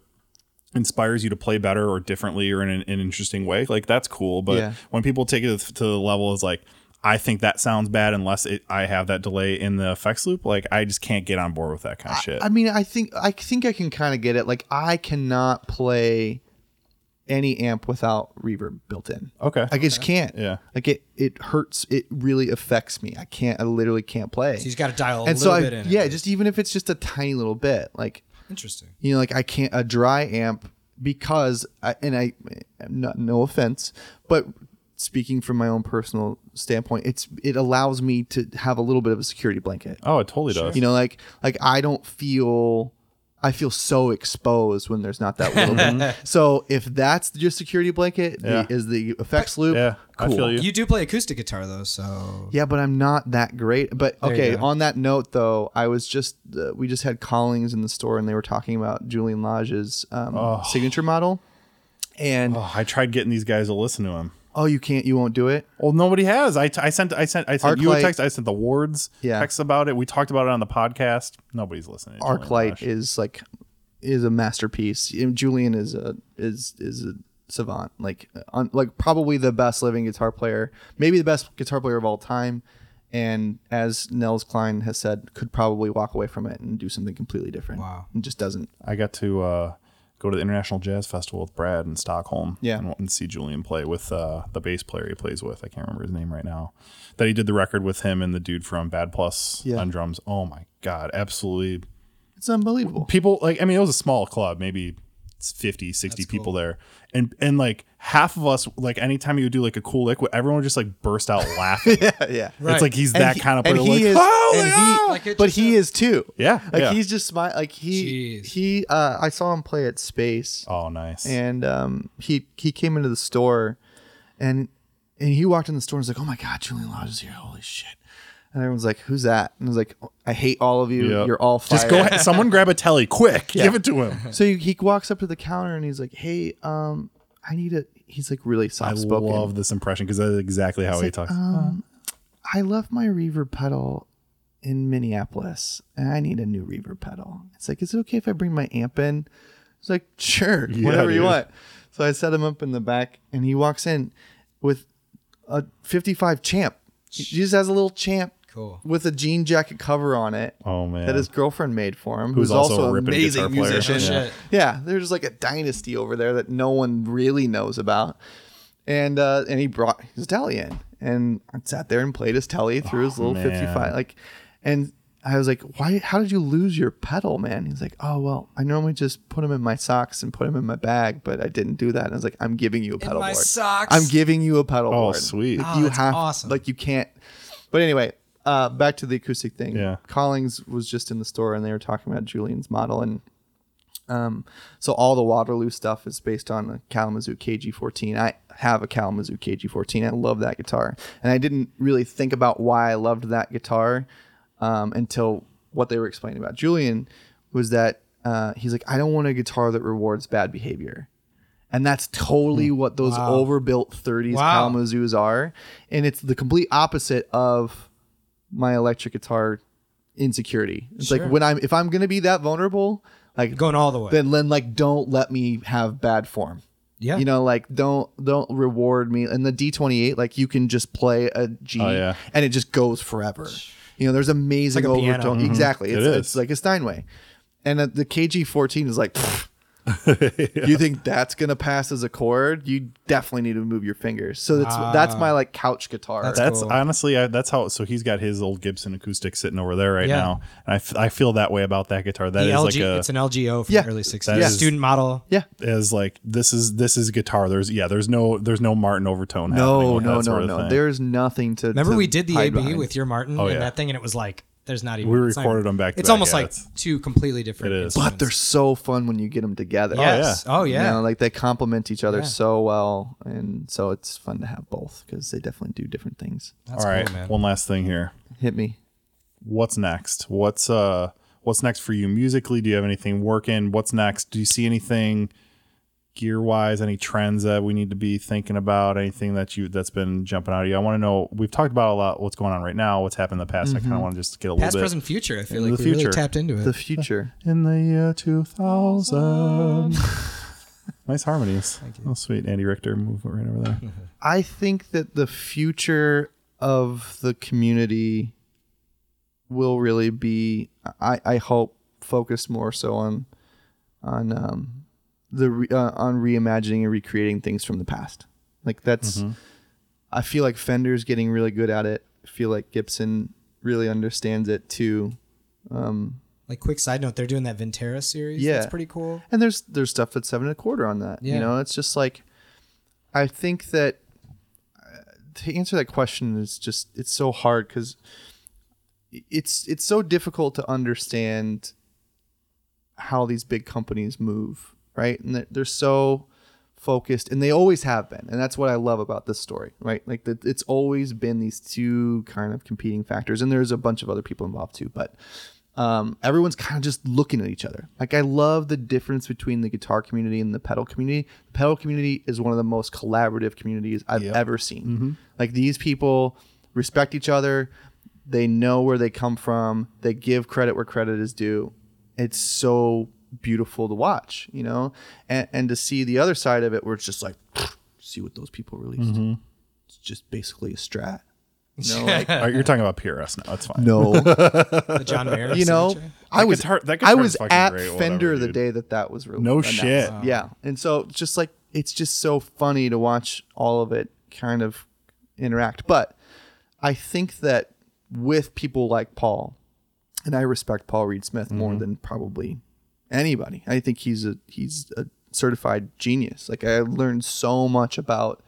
[SPEAKER 3] inspires you to play better or differently or in an, an interesting way like that's cool but
[SPEAKER 2] Yeah.
[SPEAKER 3] when people take it to the level is like i think that sounds bad unless it, i have that delay in the effects loop like i just can't get on board with that kind of shit
[SPEAKER 2] I mean, I think I think I can kind of get it. Like I cannot play any amp without reverb built in.
[SPEAKER 3] okay
[SPEAKER 2] I just can't.
[SPEAKER 3] Yeah.
[SPEAKER 2] Like it, it hurts. It really affects me. I can't. I literally can't play.
[SPEAKER 1] So you got to dial a
[SPEAKER 2] and
[SPEAKER 1] little
[SPEAKER 2] so I,
[SPEAKER 1] bit in.
[SPEAKER 2] yeah,
[SPEAKER 1] it.
[SPEAKER 2] just even if it's just a tiny little bit, like
[SPEAKER 1] interesting.
[SPEAKER 2] you know, like I can't a dry amp because I and I, not no offense, but speaking from my own personal standpoint, it's it allows me to have a little bit of a security blanket.
[SPEAKER 3] Oh, it totally does.
[SPEAKER 2] You know, like like I don't feel I feel so exposed when there's not that little bit. So if that's your security blanket,
[SPEAKER 3] Yeah.
[SPEAKER 2] the, is the effects loop?
[SPEAKER 3] Yeah, I
[SPEAKER 2] cool.
[SPEAKER 3] feel you.
[SPEAKER 1] You do play acoustic guitar though, so
[SPEAKER 2] Yeah, but I'm not that great. But
[SPEAKER 1] you
[SPEAKER 2] okay,
[SPEAKER 1] go.
[SPEAKER 2] on that note though, I was just uh, we just had Collings in the store and they were talking about Julian Lage's um, signature model, and oh.
[SPEAKER 3] Oh, I tried getting these guys to listen to him.
[SPEAKER 2] you can't, you won't do it.
[SPEAKER 3] Well, nobody has. I, t- I sent I sent I sent you a
[SPEAKER 2] Arclight-
[SPEAKER 3] text. I sent the wards
[SPEAKER 2] Yeah.
[SPEAKER 3] text about it. We talked about it on the podcast. Nobody's listening.
[SPEAKER 1] Oh
[SPEAKER 3] to Julian
[SPEAKER 2] ArcLight
[SPEAKER 3] Lash.
[SPEAKER 2] is like is a masterpiece. And Julian is a is is a savant, like uh, un, like probably the best living guitar player, maybe the best guitar player of all time. And as Nels Klein has said, could probably walk away from it and do something completely different.
[SPEAKER 1] Wow.
[SPEAKER 2] and just doesn't.
[SPEAKER 3] I got to uh, go to the International Jazz Festival with Brad in Stockholm.
[SPEAKER 2] Yeah.
[SPEAKER 3] and, and see Julian play with uh, the bass player he plays with. I can't remember his name right now. That he did the record with him and the dude from Bad Plus
[SPEAKER 2] Yeah.
[SPEAKER 3] on drums. Oh my god, absolutely
[SPEAKER 2] It's unbelievable.
[SPEAKER 3] people like i mean it was a small club maybe 50 60 people there and and like half of us like anytime you would do like a cool liquid everyone would just like burst out laughing
[SPEAKER 2] yeah.
[SPEAKER 3] it's
[SPEAKER 1] Right.
[SPEAKER 3] like he's
[SPEAKER 2] And
[SPEAKER 3] that
[SPEAKER 2] he-
[SPEAKER 3] kind of
[SPEAKER 2] and
[SPEAKER 3] player
[SPEAKER 2] he
[SPEAKER 3] like,
[SPEAKER 2] is-
[SPEAKER 3] "Holy
[SPEAKER 2] and he-
[SPEAKER 3] ah!"
[SPEAKER 1] Like it
[SPEAKER 2] but
[SPEAKER 1] just
[SPEAKER 2] he is too.
[SPEAKER 3] Yeah,
[SPEAKER 2] like
[SPEAKER 3] yeah.
[SPEAKER 2] he's just smile. Like he
[SPEAKER 1] Jeez.
[SPEAKER 2] he. Uh, I saw him play at Space,
[SPEAKER 3] oh nice
[SPEAKER 2] and um, he he came into the store, and and he walked in the store and was like, "Oh my god, Julian Lodge is here! Holy shit!" And everyone's like, "Who's that?" And I was like, "I hate all of you.
[SPEAKER 3] Yep.
[SPEAKER 2] You're all fired."
[SPEAKER 3] just go ahead someone grab a telly quick give it to him
[SPEAKER 2] So he, he walks up to the counter and he's like, "Hey, um, I need a." He's like really
[SPEAKER 3] i
[SPEAKER 2] soft spoken. "Oh,
[SPEAKER 3] love this impression because that's exactly how he talks
[SPEAKER 2] I left my reverb pedal in Minneapolis and I need a new reverb pedal. It's like, is it okay if I bring my amp in? It's like, sure, whatever you
[SPEAKER 3] dude.
[SPEAKER 2] want. So I set him up in the back and he walks in with a 55 champ. He just has a little champ
[SPEAKER 1] Cool.
[SPEAKER 2] with a jean jacket cover on it
[SPEAKER 3] oh man
[SPEAKER 2] that his girlfriend made for him,
[SPEAKER 3] Who's
[SPEAKER 2] who's,
[SPEAKER 3] also
[SPEAKER 2] also,
[SPEAKER 3] a
[SPEAKER 2] an
[SPEAKER 3] ripping
[SPEAKER 2] amazing
[SPEAKER 3] guitar player.
[SPEAKER 2] musician.
[SPEAKER 1] Oh,
[SPEAKER 2] Yeah.
[SPEAKER 1] shit.
[SPEAKER 2] there's like a dynasty over there that no one really knows about. And uh, and he brought his telly in and I sat there and played his telly through his little
[SPEAKER 3] Oh, man.
[SPEAKER 2] 55. Like, and I was like, why? How did you lose your pedal, man? He's like, oh well, I normally just put them in my socks and put them in my bag, but I didn't do that. And I was like, I'm giving you a pedal
[SPEAKER 1] my
[SPEAKER 2] board.
[SPEAKER 1] socks.
[SPEAKER 2] I'm giving you a pedal
[SPEAKER 3] Oh,
[SPEAKER 2] board.
[SPEAKER 3] sweet.
[SPEAKER 2] Like,
[SPEAKER 1] Oh,
[SPEAKER 2] you
[SPEAKER 1] that's
[SPEAKER 2] have
[SPEAKER 1] awesome.
[SPEAKER 2] like you can't. But anyway, uh, back to the acoustic thing.
[SPEAKER 3] Yeah.
[SPEAKER 2] Collings was just in the store and they were talking about Julian's model and um, so all the Waterloo stuff is based on a Kalamazoo KG14. I have a Kalamazoo KG14. I love that guitar, and I didn't really think about why I loved that guitar um, until what they were explaining about Julian was that uh, he's like, I don't want a guitar that rewards bad behavior, and that's totally what those overbuilt 30s
[SPEAKER 1] Hmm. Wow.
[SPEAKER 2] Kalamazoos are, and it's the complete opposite of my electric guitar insecurity. It's
[SPEAKER 1] Sure.
[SPEAKER 2] like when I'm if I'm gonna be that vulnerable, like
[SPEAKER 1] going all the way.
[SPEAKER 2] then then like don't let me have bad form.
[SPEAKER 1] yeah.
[SPEAKER 2] You know, like don't don't reward me. And the D twenty eight, like you can just play a G
[SPEAKER 3] Oh, yeah.
[SPEAKER 2] and it just goes forever. You know, there's amazing
[SPEAKER 1] It's like a piano.
[SPEAKER 2] overtone. Mm-hmm.
[SPEAKER 1] Mhm.
[SPEAKER 2] Exactly,
[SPEAKER 3] It
[SPEAKER 2] it's,
[SPEAKER 3] is.
[SPEAKER 2] it's like a Steinway, and uh, the KG fourteen is like. pfft. You think that's gonna pass as a chord? You definitely need to move your fingers. So that's that's my like couch guitar.
[SPEAKER 1] Ah. That's
[SPEAKER 3] That's
[SPEAKER 1] Cool.
[SPEAKER 3] honestly, I, that's how. So he's got his old Gibson acoustic sitting over there right
[SPEAKER 1] Yeah.
[SPEAKER 3] now, and I, f- I feel that way about that guitar. That
[SPEAKER 1] The
[SPEAKER 3] is
[SPEAKER 1] LG,
[SPEAKER 3] like a
[SPEAKER 1] it's an LGO from
[SPEAKER 2] Yeah.
[SPEAKER 1] the early 60s.
[SPEAKER 3] That is-
[SPEAKER 1] Student model.
[SPEAKER 2] yeah,
[SPEAKER 3] is like this is this is guitar. There's yeah, there's no there's no Martin overtone. happening
[SPEAKER 2] no,
[SPEAKER 3] with
[SPEAKER 2] no,
[SPEAKER 3] that
[SPEAKER 2] no,
[SPEAKER 3] sort of
[SPEAKER 2] no.
[SPEAKER 3] thing.
[SPEAKER 2] There's nothing to.
[SPEAKER 1] Remember
[SPEAKER 2] to
[SPEAKER 1] we did the
[SPEAKER 2] hide
[SPEAKER 1] ABE
[SPEAKER 2] behind.
[SPEAKER 1] with your Martin
[SPEAKER 3] Oh, yeah.
[SPEAKER 1] and that thing, and it was like there's not even.
[SPEAKER 3] We
[SPEAKER 1] it's not even-
[SPEAKER 3] recorded 'em back to
[SPEAKER 1] It's
[SPEAKER 3] back,
[SPEAKER 1] almost
[SPEAKER 3] yeah,
[SPEAKER 1] like
[SPEAKER 3] it's-
[SPEAKER 1] two completely different.
[SPEAKER 3] It is.
[SPEAKER 2] but
[SPEAKER 1] instruments.
[SPEAKER 2] they're so fun when you get them together.
[SPEAKER 1] yes. Oh yeah.
[SPEAKER 2] You know, like they complement each other so well, and so it's fun to have both because they definitely do different things.
[SPEAKER 1] That's
[SPEAKER 3] all right.
[SPEAKER 1] cool, man.
[SPEAKER 3] One last thing here.
[SPEAKER 2] Hit me.
[SPEAKER 3] What's next? What's uh What's next for you musically? Do you have anything working? What's next? Do you see anything gear wise? Any trends that we need to be thinking about? Anything that you that's been jumping out of you? I want to know. We've talked about a lot. What's going on right now? What's happened in the past? I kind of want to just get a
[SPEAKER 1] Mm-hmm. Past,
[SPEAKER 3] little bit
[SPEAKER 1] present, future. I feel
[SPEAKER 3] Into
[SPEAKER 1] like
[SPEAKER 3] the
[SPEAKER 1] we really
[SPEAKER 3] future.
[SPEAKER 1] tapped into it.
[SPEAKER 2] The future.
[SPEAKER 3] in the year 2000. nice harmonies. Oh, sweet. Andy Richter, move right over there.
[SPEAKER 2] I think that the future of the community will really be, I, I hope, focused more so on on um, the re, uh, on reimagining and recreating things from the past. Like that's, I feel like Fender's getting really good at it. I feel like Gibson really understands it too.
[SPEAKER 1] like quick side note, they're doing that Ventera series.
[SPEAKER 2] Yeah.
[SPEAKER 1] That's pretty cool.
[SPEAKER 2] and there's there's stuff that's seven and a quarter on that.
[SPEAKER 1] Yeah.
[SPEAKER 2] You know, it's just like I think that uh, to answer that question is just it's so hard because it's it's so difficult to understand how these big companies move, right? And they're, they're so focused, and they always have been, and that's what I love about this story, right? Like that it's always been these two kind of competing factors, and there's a bunch of other people involved too, but um, everyone's kind of just looking at each other. Like I love the difference between the guitar community and the pedal community. The pedal community is one of the most collaborative communities I've ever seen. Like these people respect each other. They know where they come from. They give credit where credit is due. It's so beautiful to watch, you know, and, and to see the other side of it where it's just like, see what those people released. It's just basically a strat. You know, like,
[SPEAKER 3] All right, you're talking about PRS now. That's fine.
[SPEAKER 2] no,
[SPEAKER 1] The John Mayer.
[SPEAKER 2] you know,
[SPEAKER 1] signature.
[SPEAKER 2] I was
[SPEAKER 3] guitar- that
[SPEAKER 2] I
[SPEAKER 3] guitar
[SPEAKER 2] was
[SPEAKER 3] is fucking
[SPEAKER 2] at
[SPEAKER 3] great,
[SPEAKER 2] Fender
[SPEAKER 3] whatever,
[SPEAKER 2] the
[SPEAKER 3] dude.
[SPEAKER 2] day that that was released.
[SPEAKER 3] No
[SPEAKER 2] announced.
[SPEAKER 3] shit.
[SPEAKER 2] Yeah, and so just like it's just so funny to watch all of it kind of interact. But I think that with people like Paul, and I respect Paul Reed Smith
[SPEAKER 3] Mm-hmm.
[SPEAKER 2] more than probably anybody. I think he's a he's a certified genius. Like I learned so much about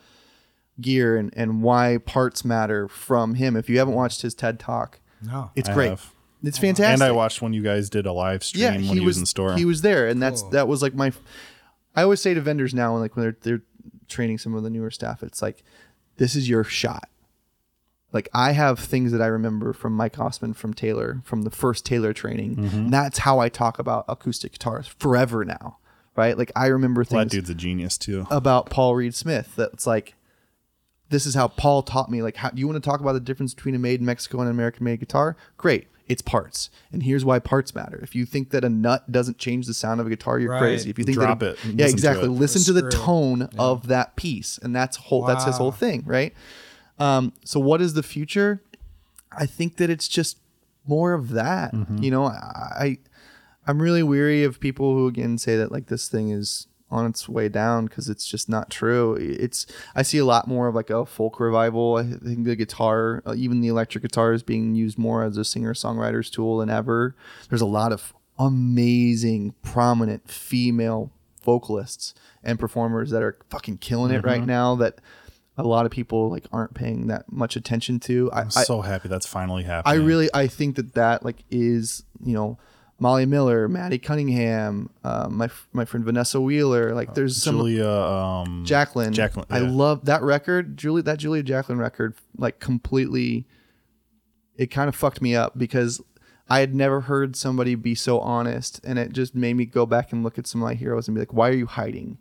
[SPEAKER 2] gear and, and why parts matter from him. If you haven't watched his TED talk,
[SPEAKER 1] No.
[SPEAKER 2] it's
[SPEAKER 3] I
[SPEAKER 2] great.
[SPEAKER 3] have.
[SPEAKER 2] It's fantastic
[SPEAKER 3] And I watched when you guys did a live stream when he, was in the store.
[SPEAKER 2] he was there, and that's
[SPEAKER 1] Cool.
[SPEAKER 2] that was like my. I always say to vendors now, when like when they're they're training some of the newer staff, it's like, this is your shot. Like I have things that I remember from Mike Osman, from Taylor, from the first Taylor training.
[SPEAKER 3] Mm-hmm.
[SPEAKER 2] And that's how I talk about acoustic guitars forever now, right? Like I remember
[SPEAKER 3] Well,
[SPEAKER 2] things
[SPEAKER 3] that dude's a genius too.
[SPEAKER 2] about Paul Reed Smith. That's like, this is how Paul taught me. Like, how do you want to talk about the difference between a made in Mexico and an American made guitar? Great. It's parts. And here's why parts matter. If you think that a nut doesn't change the sound of a guitar, you're
[SPEAKER 1] Right.
[SPEAKER 2] crazy. If you think
[SPEAKER 3] Drop
[SPEAKER 2] that a-
[SPEAKER 3] it and
[SPEAKER 2] Yeah,
[SPEAKER 3] listen to
[SPEAKER 2] exactly.
[SPEAKER 3] it.
[SPEAKER 2] Listen to the
[SPEAKER 1] Screw it.
[SPEAKER 2] tone of that piece. And that's whole that's his
[SPEAKER 1] Wow.
[SPEAKER 2] whole thing, right? Um, so what is the future? I think that it's just more of that. You know, I I'm really weary of people who again say that like this thing is on its way down because it's just not true. It's I see a lot more of like a folk revival. I think the guitar, uh, even the electric guitar, is being used more as a singer songwriter's tool than ever. There's a lot of amazing, prominent female vocalists and performers that are fucking killing it right now. That a lot of people like aren't paying that much attention to. I,
[SPEAKER 3] I'm
[SPEAKER 2] I-
[SPEAKER 3] so happy that's finally
[SPEAKER 2] I
[SPEAKER 3] happening.
[SPEAKER 2] really I think that that like is you know Molly Miller, Maddie Cunningham, um, my f- my friend Vanessa Wheeler. Like there's some
[SPEAKER 3] Oh, Julia. Um,
[SPEAKER 2] Jacqueline.
[SPEAKER 3] Jacqueline,
[SPEAKER 2] I
[SPEAKER 3] yeah.
[SPEAKER 2] love that record. Julie that Julia Jacqueline record like completely. It kind of fucked me up because I had never heard somebody be so honest, and it just made me go back and look at some of my heroes and be like, "Why are you hiding?"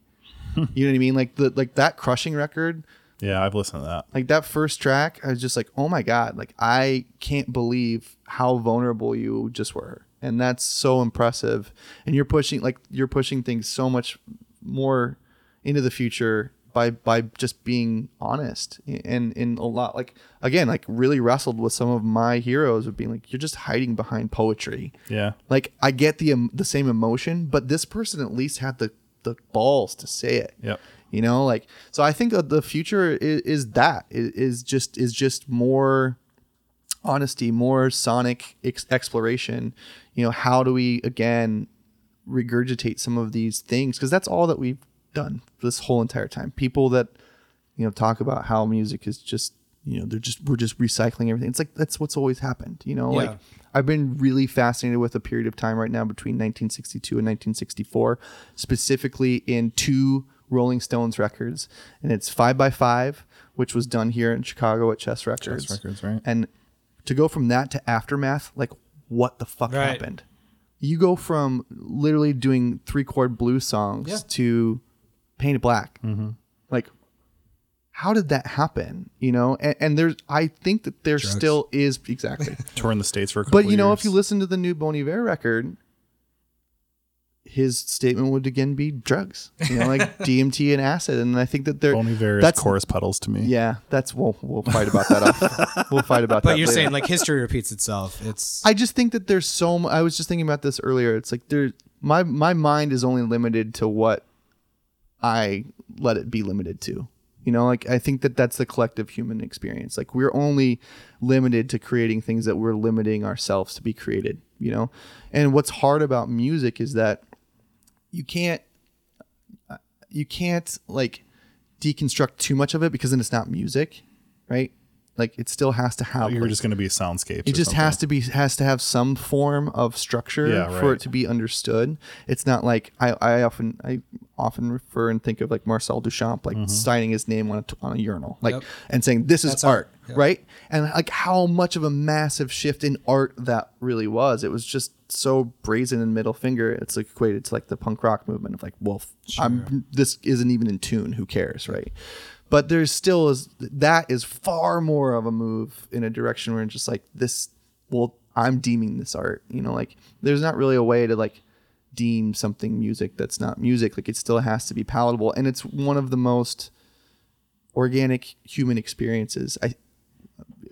[SPEAKER 2] you know what I mean? Like the like that crushing record
[SPEAKER 3] yeah, I've listened to that.
[SPEAKER 2] like that first track i was just like oh my god like i can't believe how vulnerable you just were and that's so impressive and you're pushing like you're pushing things so much more into the future by by just being honest and in a lot like again like really wrestled with some of my heroes of being like you're just hiding behind poetry
[SPEAKER 3] Yeah.
[SPEAKER 2] like i get the um, the same emotion but this person at least had the the balls to say it
[SPEAKER 3] Yep.
[SPEAKER 2] you know like so i think that the future is, is that i- is just is just more honesty more sonic ex- exploration you know how do we again regurgitate some of these things because that's all that we've done this whole entire time people that you know talk about how music is just you know they're just we're just recycling everything it's like that's what's always happened you know
[SPEAKER 1] Yeah.
[SPEAKER 2] like i've been really fascinated with a period of time right now between 1962 and 1964 specifically in two rolling stones records and it's five by five which was done here in chicago at chess records
[SPEAKER 3] Records, right.
[SPEAKER 2] and to go from that to aftermath like what the fuck
[SPEAKER 1] Right.
[SPEAKER 2] happened you go from literally doing three chord blues songs
[SPEAKER 1] Yeah. Mm-hmm.
[SPEAKER 2] to paint it black like how did that happen you know and, and there's i think that there still is exactly
[SPEAKER 3] Touring the states for a couple
[SPEAKER 2] but you know if you
[SPEAKER 3] years.
[SPEAKER 2] listen to the new bon iver record his statement would again be drugs you know like dmt and acid and i think that they're
[SPEAKER 3] Bon Iver is
[SPEAKER 2] that's
[SPEAKER 3] chorus pedals to me.
[SPEAKER 2] yeah that's we'll, we'll fight about that off. we'll fight about that
[SPEAKER 1] But you're
[SPEAKER 2] later.
[SPEAKER 1] saying like history repeats itself. It's
[SPEAKER 2] I just think that there's so. mu- I was just thinking about this earlier. It's like there. My my mind is only limited to what I let it be limited to. You know, like I think that that's the collective human experience. Like we're only limited to creating things that we're limiting ourselves to be created. You know, and what's hard about music is that you can't you can't like deconstruct too much of it because then it's not music, right? Like it still has to have
[SPEAKER 3] You're
[SPEAKER 2] like,
[SPEAKER 3] just going to be soundscapes.
[SPEAKER 2] it just has to be has to have some form of structure
[SPEAKER 3] Yeah,
[SPEAKER 2] for
[SPEAKER 3] right.
[SPEAKER 2] it to be understood. It's not like I, I often I often refer and think of like Marcel Duchamp like
[SPEAKER 3] Mm-hmm.
[SPEAKER 2] signing his name on a, t- on a urinal like
[SPEAKER 1] Yep.
[SPEAKER 2] and saying this is
[SPEAKER 1] That's
[SPEAKER 2] art,
[SPEAKER 1] art. Yep.
[SPEAKER 2] right? And like how much of a massive shift in art that really was. It was just so brazen and middle finger. It's like equated to like the punk rock movement of like, well, f- I'm this isn't even in tune. Who cares, right? But there's still is that is far more of a move in a direction where it's just like this. Well, I'm deeming this art. You know, like there's not really a way to like deem something music that's not music. Like it still has to be palatable, and it's one of the most organic human experiences. I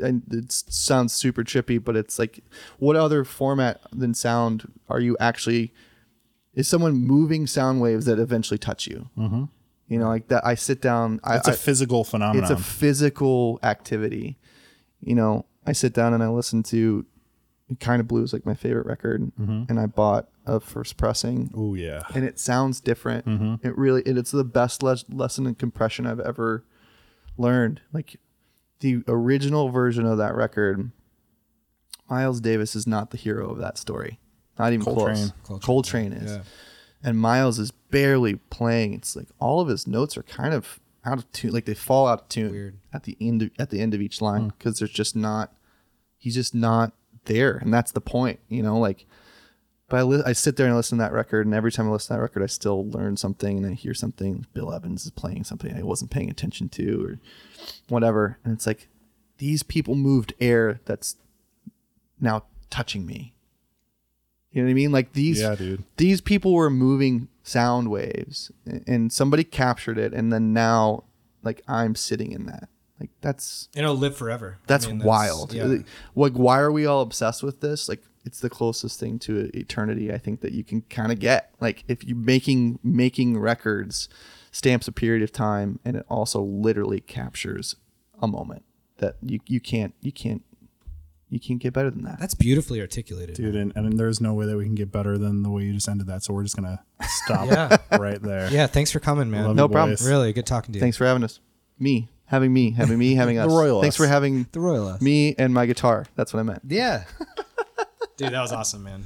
[SPEAKER 2] and it sounds super trippy, but it's like, what other format than sound are you actually? Is someone moving sound waves that eventually touch you? Mm-hmm. You know, like that. I sit down. I,
[SPEAKER 3] It's a
[SPEAKER 2] I-
[SPEAKER 3] physical
[SPEAKER 2] it's
[SPEAKER 3] phenomenon.
[SPEAKER 2] a physical activity. You know, I sit down and I listen to kind of blues, like my favorite record,
[SPEAKER 3] Mm-hmm.
[SPEAKER 2] and I bought a first pressing
[SPEAKER 3] oh yeah.
[SPEAKER 2] and it sounds different. It really, and it's the best les- lesson in compression I've ever learned. Like the original version of that record, Miles Davis is not the hero of that story. Not even
[SPEAKER 3] Coltrane.
[SPEAKER 2] close. Coltrane, is, and Miles is barely playing. It's like all of his notes are kind of out of tune. Like they fall out of tune
[SPEAKER 1] Weird.
[SPEAKER 2] at the end of, at the end of each line because there's just not. He's just not there, and that's the point. You know, like but I, li- I sit there and listen to that record, and every time I listen to that record, I still learn something and I hear something. Bill Evans is playing something I wasn't paying attention to, or whatever. And it's like these people moved air that's now touching me. You know what I mean? Like these
[SPEAKER 3] Yeah, dude.
[SPEAKER 2] these people were moving sound waves, a- and somebody captured it, and then now like I'm sitting in that. Like that's
[SPEAKER 1] and it'll live forever. I
[SPEAKER 2] that's
[SPEAKER 1] mean,
[SPEAKER 2] wild.
[SPEAKER 1] yeah.
[SPEAKER 2] Like, why are we all obsessed with this? Like, it's the closest thing to eternity I think that you can kind of get. Like if you're making making records stamps a period of time and it also literally captures a moment that you you can't you can't you can't get better than that.
[SPEAKER 1] That's beautifully articulated.
[SPEAKER 3] dude. And, and there's no way that we can get better than the way you just ended that. So we're just gonna stop
[SPEAKER 1] Yeah.
[SPEAKER 3] right there.
[SPEAKER 1] Yeah, thanks for coming, man.
[SPEAKER 3] Love
[SPEAKER 2] No
[SPEAKER 3] you
[SPEAKER 2] problem.
[SPEAKER 3] boys.
[SPEAKER 1] Really good talking to you.
[SPEAKER 2] Thanks for having us. Me, having me, having me, having us.
[SPEAKER 3] royal
[SPEAKER 2] Thanks for
[SPEAKER 3] us.
[SPEAKER 2] having
[SPEAKER 1] The Royal. Us.
[SPEAKER 2] me and my guitar. That's what I meant.
[SPEAKER 1] Yeah. Dude, that was awesome, man.